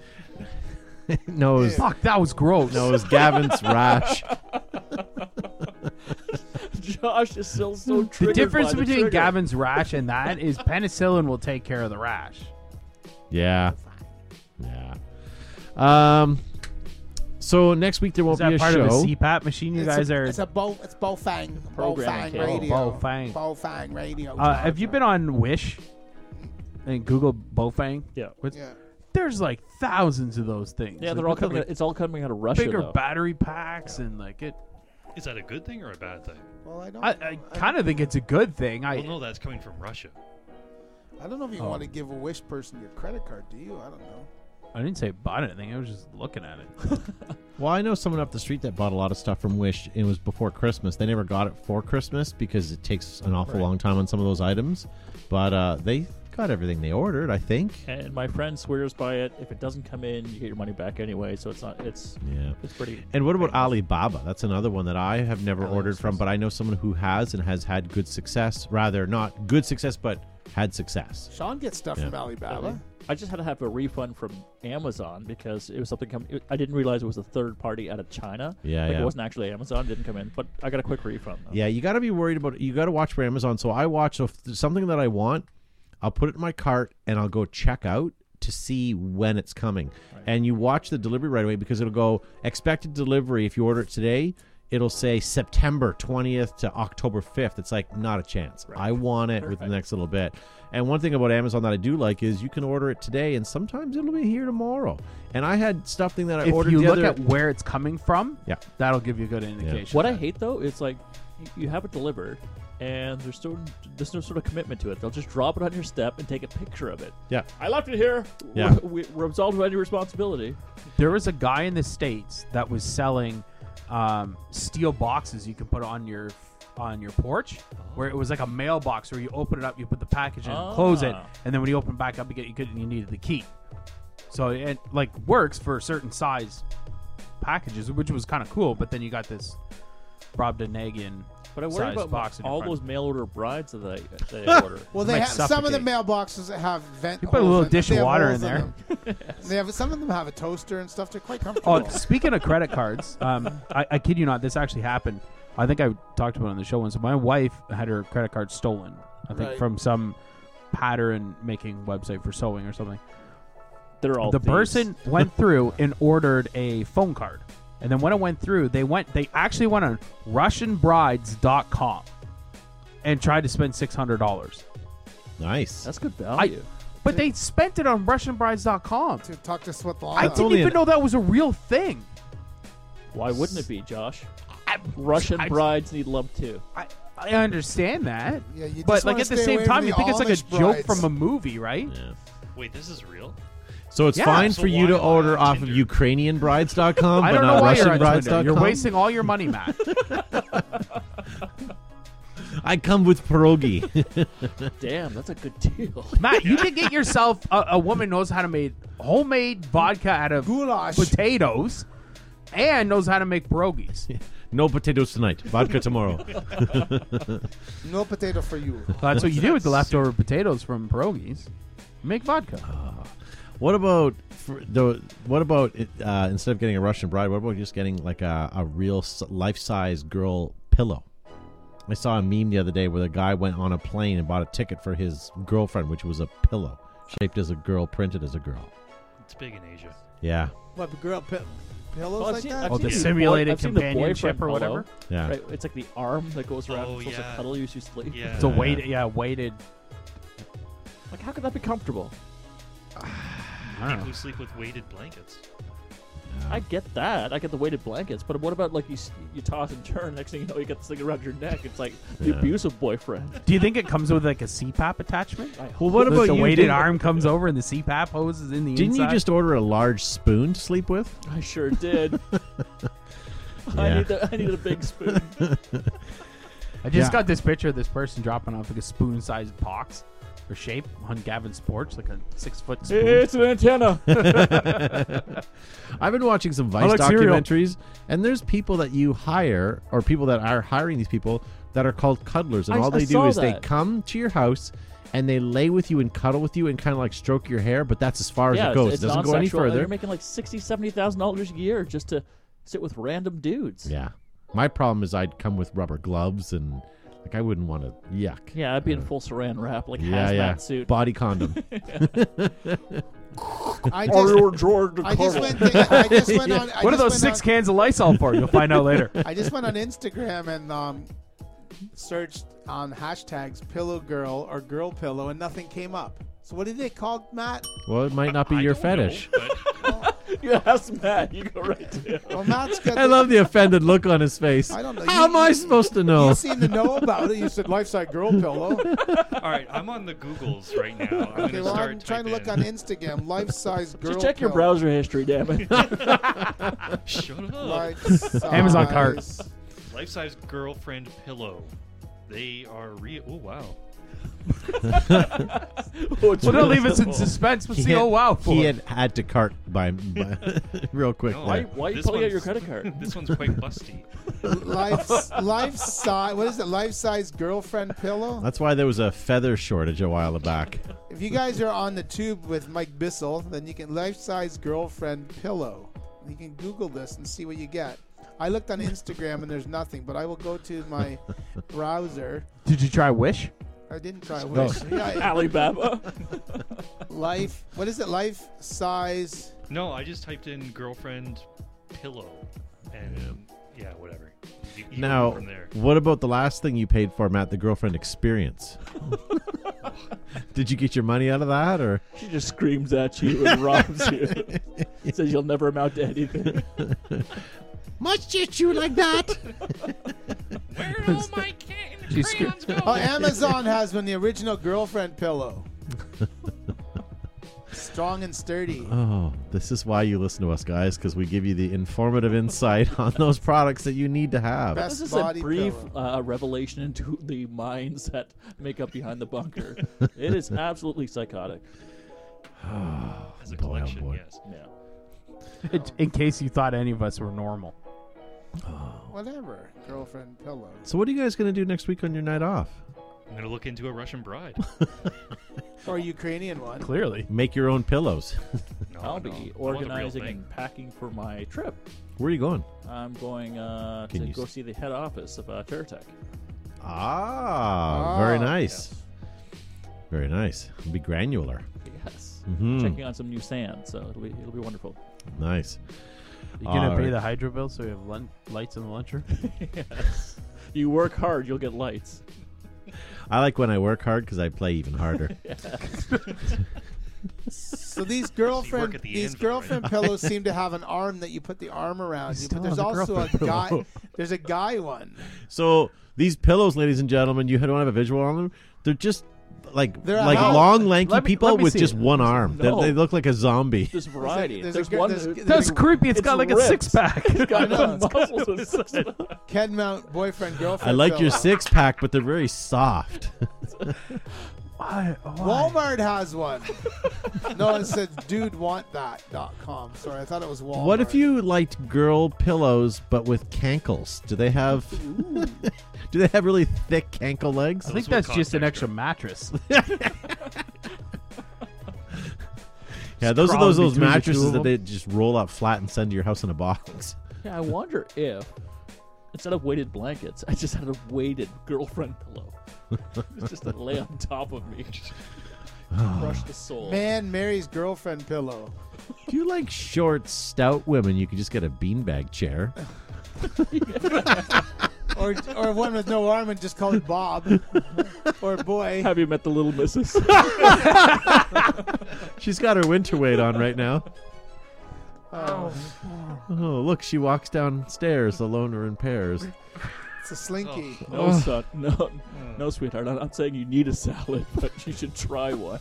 S1: no, it was,
S4: Fuck, that was gross.
S1: no, it was Gavin's rash.
S3: Josh is still so triggered.
S4: the difference
S3: by the
S4: between
S3: trigger.
S4: Gavin's rash and that is penicillin will take care of the rash.
S1: Yeah. Yeah. Um. So next week there won't
S4: Is that
S1: be a
S4: part
S1: show.
S4: of a CPAP machine? You
S2: It's
S4: guys
S2: a,
S4: are.
S2: It's a bow. It's bowfang.
S3: Programming
S2: Bowfang
S3: cable.
S2: radio.
S4: Oh, Bowfang.
S2: Bowfang radio.
S4: uh, have you been on Wish and Google Bofang?
S3: Yeah.
S4: What's-
S2: Yeah.
S4: There's like thousands of those things.
S3: Yeah,
S4: Like,
S3: they're all
S4: look at,
S3: coming.
S4: like,
S3: It's all coming out of Russia.
S4: bigger
S3: though.
S4: battery packs and like it.
S7: Is that a good thing or a bad thing?
S2: Well, I don't.
S4: I, I kind of think it's a good thing.
S7: Well,
S4: I
S7: no, that's coming from Russia.
S2: I don't know
S4: Oh.
S2: if you want to give a wish person your credit card, do you? I don't know.
S4: I didn't say bought anything. I was just looking at it.
S1: well, I know someone up the street that bought a lot of stuff from Wish. It was before Christmas. They never got it for Christmas because it takes an awful long time on some of those items. But uh, they got everything they ordered, I think.
S3: And my friend swears by it. If it doesn't come in, you get your money back anyway. So it's not. It's
S1: Yeah.
S3: it's pretty.
S1: And what about Alibaba? That's another one that I have never ordered from, but I know someone who has and has had good success. Rather, not good success, but had success.
S2: Sean gets stuff
S1: Yeah.
S2: from Alibaba.
S3: I just had to have a refund from Amazon because it was something coming. it- I didn't realize it was a third party out of China.
S1: Yeah,
S3: like
S1: yeah.
S3: it wasn't actually Amazon. Didn't come in, but I got a quick refund. Though.
S1: Yeah, you got to be worried about. You got to watch for Amazon. So I watch so if there's something that I want, I'll put it in my cart and I'll go check out to see when it's coming. And you watch the delivery right away because it'll go expected delivery. If you order it today, it'll say September 20th to October 5th. It's like not a chance. I want it within the next little bit. And one thing about Amazon that I do like is you can order it today, and sometimes it'll be here tomorrow. And I had something that I
S4: if
S1: ordered
S4: you
S1: the
S4: look
S1: other.
S4: at where it's coming from,
S1: Yeah.
S4: that'll give you a good indication.
S3: What I hate though is like y- you have it delivered, and there's still there's no sort of commitment to it. They'll just drop it on your step and take a picture of it.
S1: yeah,
S3: I left it here.
S1: Yeah.
S3: we, we're absolved of any responsibility.
S4: There was a guy in the states that was selling um, steel boxes you can put on your on your porch, where it was like a mailbox where you open it up, you put the package in, and close it,
S3: Ah.
S4: and then when you open back up again, you could you needed the key. So it like works for certain size packages, which was kind of cool. But then you got this Rob Denagian
S3: But I worry
S4: size
S3: about mo-
S4: box. in your
S3: all
S4: front.
S3: those mail order brides that they, they order.
S2: Well, they have
S4: Might
S2: some of the
S4: suffocate.
S2: mailboxes that have vent.
S4: You put a
S2: holes
S4: little
S2: in them.
S4: dish
S2: They
S4: of
S2: have
S4: water
S2: holes
S4: in there.
S2: them. they have some of them have a toaster and stuff. They're quite comfortable.
S4: Oh, speaking of credit cards, um, I, I kid you not, this actually happened. I think I talked about it on the show once. My wife had her credit card stolen. I think
S2: Right.
S4: from some pattern making website for sewing or something.
S3: They're all
S4: the
S3: thieves.
S4: person went through and ordered a phone card, and then when it went through, they went. They actually went on RussianBrides.com and tried to spend six hundred dollars.
S1: nice.
S3: That's good
S4: I,
S3: value.
S4: but they spent it on RussianBrides.com.
S2: to talk to Swetlana.
S4: I
S1: only
S4: didn't even
S1: an-
S4: know that was a real thing.
S3: Why wouldn't it be, Josh?
S4: I-
S3: Russian
S4: I-
S3: brides need love too.
S4: I, I understand that.
S2: Yeah, you
S4: but
S2: just
S4: like
S2: wanna
S4: at the
S2: stay
S4: same
S2: away from
S4: time, you
S2: the
S4: think it's like a
S2: Amish
S4: joke
S2: brides.
S4: from a movie, right?
S1: Yeah.
S7: Wait, this is real?
S1: So it's
S4: Yeah.
S1: fine
S7: So
S1: for you
S7: why
S1: to
S7: am I
S1: order
S7: on
S1: off
S7: Tinder?
S1: of UkrainianBrides.com, but
S4: I don't know
S1: not
S4: why you're on Tinder.
S1: RussianBrides.com.
S4: You're wasting all your money, Matt.
S1: I come with pierogi.
S3: Damn, that's a good deal.
S4: Matt, you can get yourself a, a woman knows how to make homemade vodka out of
S2: Goulash.
S4: potatoes. and knows how to make pierogies.
S1: No potatoes tonight. Vodka tomorrow.
S2: No potato for you.
S4: Well, that's what you do with the leftover potatoes from pierogies. You make
S1: Oh,
S4: vodka.
S1: What about for the? What about it, uh, instead of getting a Russian bride? What about just getting like a, a real s- life-size girl pillow? I saw a meme the other day where the guy went on a plane and bought a ticket for his girlfriend, which was a pillow shaped as a girl, printed as a girl.
S7: It's big in Asia.
S1: Yeah,
S2: What the girl pi- pillows
S3: Well, I've
S2: like
S3: seen-
S2: that?
S3: I've
S4: Oh,
S3: seen
S4: the
S3: boy-
S4: simulated
S3: I've seen the
S4: companionship
S3: boyfriend
S4: or whatever?
S3: pillow,
S1: yeah.
S3: Right, it's like the arm that goes around.
S7: Oh,
S3: it's supposed
S7: yeah.
S3: to cuddle you as you sleep.
S7: Yeah.
S4: It's a weighted, yeah, weighted.
S3: Like, how could that be comfortable?
S4: I
S7: People
S4: don't know.
S7: who sleep with weighted blankets.
S3: I get that. I get the weighted blankets, but what about like you s- you toss and turn? Next thing you know, you got this thing around your neck. It's like the
S1: Yeah.
S3: abusive boyfriend.
S4: Do you think it comes with like a CPAP attachment?
S3: I
S1: Well,
S3: hope
S1: what
S4: The-
S1: about
S4: the
S1: you?
S4: weighted
S1: Didn't-
S4: arm comes over and the CPAP hose is in the
S1: Didn't you
S4: inside?
S1: just order a large spoon to sleep with?
S3: I sure did.
S1: Yeah.
S3: I need the, I need a big spoon.
S4: I just
S1: Yeah.
S4: got this picture of this person dropping off like a spoon-sized box or shape on Gavin's porch, like a six-foot spoon.
S3: it's an antenna.
S1: I've been watching some Vice
S4: like cereal.
S1: documentaries, and there's people that you hire or people that are hiring these people that are called cuddlers, and
S3: I-
S1: all
S3: I
S1: they do
S3: saw
S1: is they
S3: that.
S1: come to your house and they lay with you and cuddle with you and kind of like stroke your hair, but that's as far
S3: yeah,
S1: as it goes.
S3: It's,
S1: It
S3: it's
S1: doesn't go any
S3: non-sexual, and
S1: further.
S3: They're making like sixty, seventy thousand dollars a year just to sit with random dudes.
S1: yeah, my problem is I'd come with rubber gloves and like I wouldn't want to yuck.
S3: Yeah, I'd be in full saran wrap, like
S1: yeah,
S3: hazmat
S1: yeah.
S3: suit.
S1: Body condom.
S2: I just,
S3: George
S2: I just went. I just went on. I
S4: what are
S2: just
S4: those
S2: went
S4: six
S2: on-
S4: cans of Lysol for? You'll find out later.
S2: I just went on Instagram and um, searched on hashtags pillow girl or girl pillow, and nothing came up. So what did they call Matt?
S1: well, it might not be
S7: I
S1: your
S7: don't know,
S1: fetish.
S7: but
S3: You asked Matt. You go right to him.
S2: Well, Matt's got.
S1: I
S2: the-
S1: love the offended look on his face.
S2: I don't know.
S1: How
S2: You-
S1: am I supposed to know?
S2: You seem to know about it. You said life-size girl pillow.
S7: all right, I'm on the Googles right now. I'm
S2: Okay,
S7: gonna
S2: well,
S7: start
S2: I'm trying to
S7: typing
S2: look on
S7: in.
S2: Instagram. Life-size girl.
S3: Just check your
S2: pillow.
S3: browser history, damn it.
S7: Shut up.
S2: Life-size
S4: Amazon cart.
S7: Life-size girlfriend pillow. They are real. Oh wow.
S4: well, don't leave us in suspense. What's the
S1: had-
S4: oh wow for?
S1: He had had to cart by, by real quick.
S7: No,
S1: there.
S7: I-
S3: Why you
S7: This
S3: pulling out your
S7: one's-
S3: credit card?
S7: This one's quite busty.
S2: Life, life-size. What is it? Life-size girlfriend pillow.
S1: That's why there was a feather shortage a while back.
S2: If you guys are on the tube with Mike Bissell, then you can life-size girlfriend pillow. You can Google this and see what you get. I looked on Instagram and there's nothing, but I will go to my browser.
S4: Did you try Wish?
S2: I didn't try Wish. Yeah,
S3: Alibaba.
S2: life. What is it? Life size.
S7: No, I just typed in girlfriend pillow, and yeah, whatever. You, you go
S1: Now,
S7: from there.
S1: what about the last thing you paid for, Matt? The girlfriend experience. Did you get your money out of that, or
S3: She just screams at you and robs you. Says you'll never amount to anything.
S1: much did you like that?
S4: She screw-
S2: Oh, Amazon has one. The original girlfriend pillow. Strong and sturdy.
S1: oh, this is why you listen to us, guys, because we give you the informative insight on those products that you need to have.
S2: Best
S3: This is a
S2: body
S3: brief
S2: pillow.
S3: uh, revelation into the minds that make up behind the bunker. it is absolutely psychotic.
S7: As
S1: Boy, oh,
S7: a collection,
S1: boy.
S7: yes.
S3: Yeah.
S4: in case you thought any of us were normal.
S2: Whatever. Girlfriend pillow.
S1: So, what are you guys going to do next week on your night off?
S7: I'm gonna look into a Russian bride.
S2: Or Ukrainian one.
S4: Clearly.
S1: Make your own pillows.
S7: No,
S3: I'll
S7: no, I want
S3: be
S7: the real
S3: organizing
S7: thing.
S3: and packing for my trip.
S1: Where are you going?
S3: I'm going uh,
S1: Can
S3: to
S1: you
S3: go
S1: s-
S3: see the head office of uh, TerraTech.
S1: Ah, very
S2: Ah,
S1: nice. Very nice. It'll be granular.
S3: Yes.
S1: Mhm.
S3: Checking on some new sand, so it'll be, it'll be wonderful.
S1: Nice.
S4: You gonna
S1: All
S4: pay
S1: right.
S4: the hydro bill so we have lun- lights in the luncher?
S3: yes. You work hard, you'll get lights.
S1: I like when I work hard because I play even harder.
S2: So these girlfriend
S7: at the
S2: these
S7: anvil, right?
S2: girlfriend pillows seem to have an arm that you put the arm around you, but
S4: still
S2: there's
S4: on the
S2: also a
S4: girlfriend
S2: guy
S4: pillow.
S2: there's a guy one.
S1: so these pillows, ladies and gentlemen, you don't have a visual on them. They're just like
S2: They're
S1: like
S2: out.
S1: long, lanky
S4: Let me-
S1: people
S4: let me
S1: with
S4: see
S1: just
S4: it.
S1: one arm. They-
S3: No.
S1: They, look like a zombie.
S3: There's variety.
S2: there's
S3: There's,
S2: a gir-
S3: one
S2: there's-
S3: who-
S2: there's-
S4: That's creepy. it's
S3: It's
S4: got like a
S3: ripped.
S4: six pack.
S3: got
S2: know,
S3: the
S2: it's
S3: muscles and stuff.
S2: Ken Mount boyfriend
S1: I
S2: girlfriend.
S1: like your
S2: pillow.
S1: six pack, but they're very soft.
S4: Why? Why?
S2: Walmart has one. no, it said dudewanthat.com. Sorry, I thought it was Walmart.
S1: What if you liked girl pillows but with cankles? Do they have Do they have really thick cankle legs?
S4: I think
S7: Those would
S4: that's
S7: cost
S4: just an extra
S7: extra.
S4: mattress.
S1: yeah, those are those those
S4: Scrawled between the two
S1: mattresses
S4: of
S1: that
S4: them.
S1: they just roll up flat and send to your house in a box.
S3: Yeah, I wonder if instead of weighted blankets, I just had a weighted girlfriend pillow. it's just to lay on top of me, just crush the soul.
S2: Man Mary's girlfriend pillow.
S1: Do you like short, stout women? You could just get a beanbag chair.
S2: Or, or one with no arm and just call it Bob. or boy.
S3: Have you met the little missus?
S1: She's got her winter weight on right now. Oh, look, she walks downstairs alone or in pairs.
S2: It's a slinky.
S3: no, son, no, no, sweetheart. I'm not saying you need a salad, but you should try one.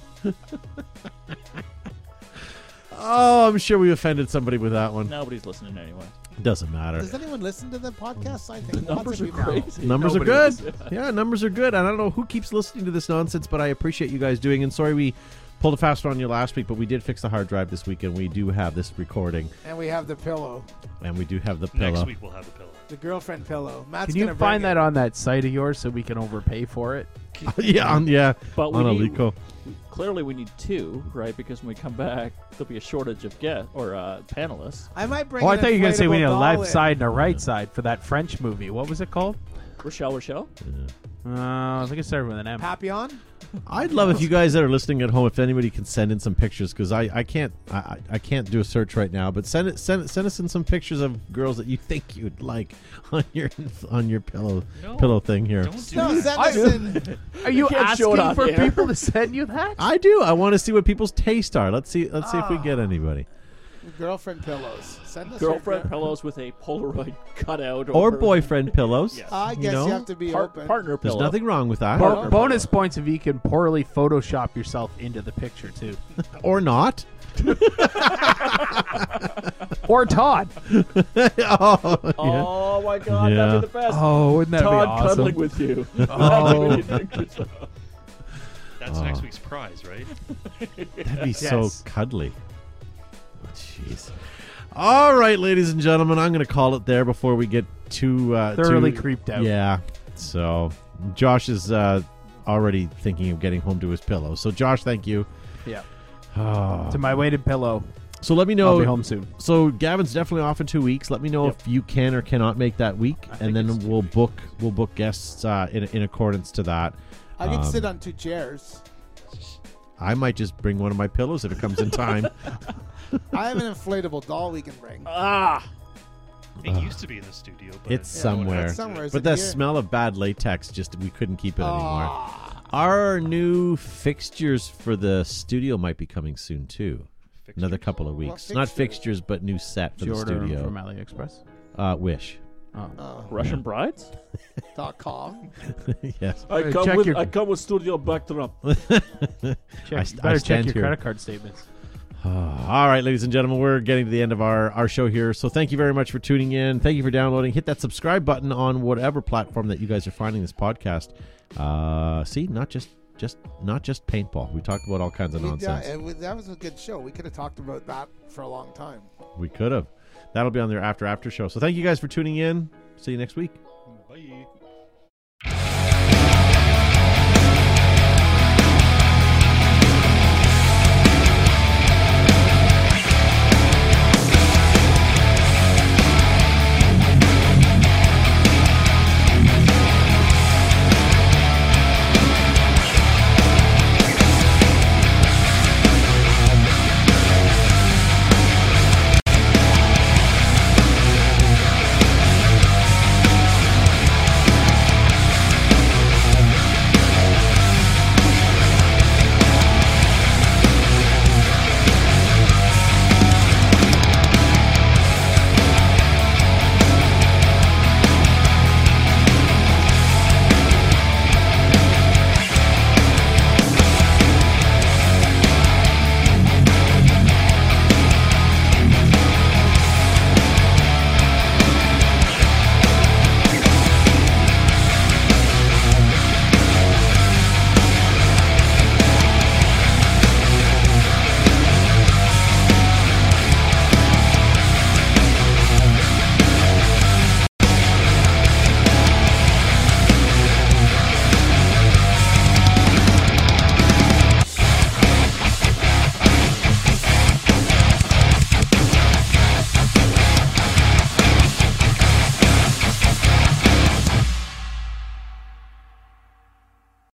S1: Oh, I'm sure we offended somebody with that one.
S3: Nobody's listening anyway.
S1: Doesn't matter.
S2: Does anyone listen to the podcast? I think lots of
S3: Numbers are
S2: people.
S3: crazy.
S1: Numbers are
S4: Nobody
S1: good. Yeah, numbers are good. And I don't know who keeps listening to this nonsense, but I appreciate you guys doing. And sorry we pulled a fast one on you last week, but we did fix the hard drive this week, and we do have this recording,
S2: And we have the pillow,
S1: and we do have the pillow.
S7: Next week we'll have a pillow.
S2: the girlfriend pillow. Matt's
S4: Can you
S2: gonna
S4: find
S2: bring
S4: that
S2: it.
S4: on that site of yours so we can overpay for it?
S1: yeah, on, yeah,
S3: But
S1: on
S3: we
S1: a
S3: need-
S1: Lico.
S3: Clearly, we need two, right? Because when we come back, there'll be a shortage of guest or uh, panelists.
S2: I might bring.
S4: Oh, I
S2: an
S4: thought you were gonna say we
S2: inflatable
S4: need a
S2: doll
S4: left
S2: in.
S4: side and a right side for that French movie. What was it called?
S3: Rochelle, Rochelle.
S4: Uh, I think it started with an M.
S2: Papillon.
S1: I'd love if you guys that are listening at home, if anybody can send in some pictures, because I, I can't I, I I can't do a search right now. But send it send send us in some pictures of girls that you think you'd like on your on your pillow
S7: No.
S1: pillow thing here.
S7: Don't do
S2: No,
S7: that.
S2: send us in.
S4: Are you
S3: can't show it
S4: asking
S3: on
S4: for
S3: air.
S4: people to send you that?
S1: I do. I want to see what people's tastes are. Let's see. Let's see if we get anybody.
S2: Girlfriend pillows. Send us your
S3: Girlfriend
S2: girl-
S3: pillows with a Polaroid cutout
S1: Or boyfriend pillows.
S7: Yes.
S2: I
S1: You
S2: guess you,
S1: know?
S2: have to be
S3: Par-
S2: open.
S3: partner
S1: There's
S3: pillow.
S1: nothing wrong with that,
S4: Bo-
S1: or,
S4: bonus points if you can poorly Photoshop yourself into the picture too,
S1: not.
S4: or Todd.
S1: oh, yeah.
S3: Oh my god,
S1: Yeah.
S3: that'd be the best.
S4: Oh, wouldn't that
S3: Todd
S4: be
S3: cuddling
S4: awesome?
S3: with you.
S4: Oh.
S7: That's
S1: Ah.
S7: next week's prize, right?
S1: That'd be
S4: Yes.
S1: so cuddly. Oh, Jeez. All right, ladies and gentlemen, I'm going to call it there before we get too uh,
S4: Thoroughly
S1: too-
S4: creeped out.
S1: Yeah. So Josh is uh, already thinking of getting home to his pillow. So Josh, thank you. Ah.
S4: yeah. to my weighted pillow.
S1: So let me know.
S4: I'll be home soon.
S1: So Gavin's definitely off in two weeks. Let me know if you can or cannot make that week, and
S4: think
S1: then
S4: it's two
S1: we'll book we'll book guests uh, in in accordance to that.
S2: I can
S1: Um,
S2: sit on two chairs.
S1: I might just bring one of my pillows if it comes in time.
S2: I have an inflatable doll we can bring.
S7: It used to be in the studio, but
S1: Ah. it's
S7: no one
S1: somewhere.
S7: has
S2: It's somewhere. It's
S1: but
S2: in
S1: the
S2: here.
S1: smell of bad latex just we couldn't keep it anymore. Our new fixtures for the studio might be coming soon too. Another couple of weeks. Not
S2: fixtures?
S1: fixtures, but new set for
S4: Did you
S1: the
S4: order 'em
S1: studio.
S4: from AliExpress? Oh.
S1: uh, wish.
S3: Russian brides?
S2: Dot com.
S1: yes.
S3: I
S4: Hey,
S3: come
S4: check
S3: with
S4: your-
S3: I come with studio backdrop.
S4: Check,
S1: I st-
S4: you
S1: I
S4: better check
S1: stand
S4: your
S1: here.
S4: credit card statements.
S1: Ah. All right, ladies and gentlemen, we're getting to the end of our, our show here. So thank you very much for tuning in. Thank you for downloading. Hit that subscribe button on whatever platform that you guys are finding this podcast. Uh, see, not just just not just paintball. We talked about all kinds of
S2: We- Yeah,
S1: nonsense.
S2: it was- that was a good show. We could have talked about that for a long time.
S1: We could have. That'll be on their after after show. So thank you guys for tuning in. See you next week.
S7: Bye.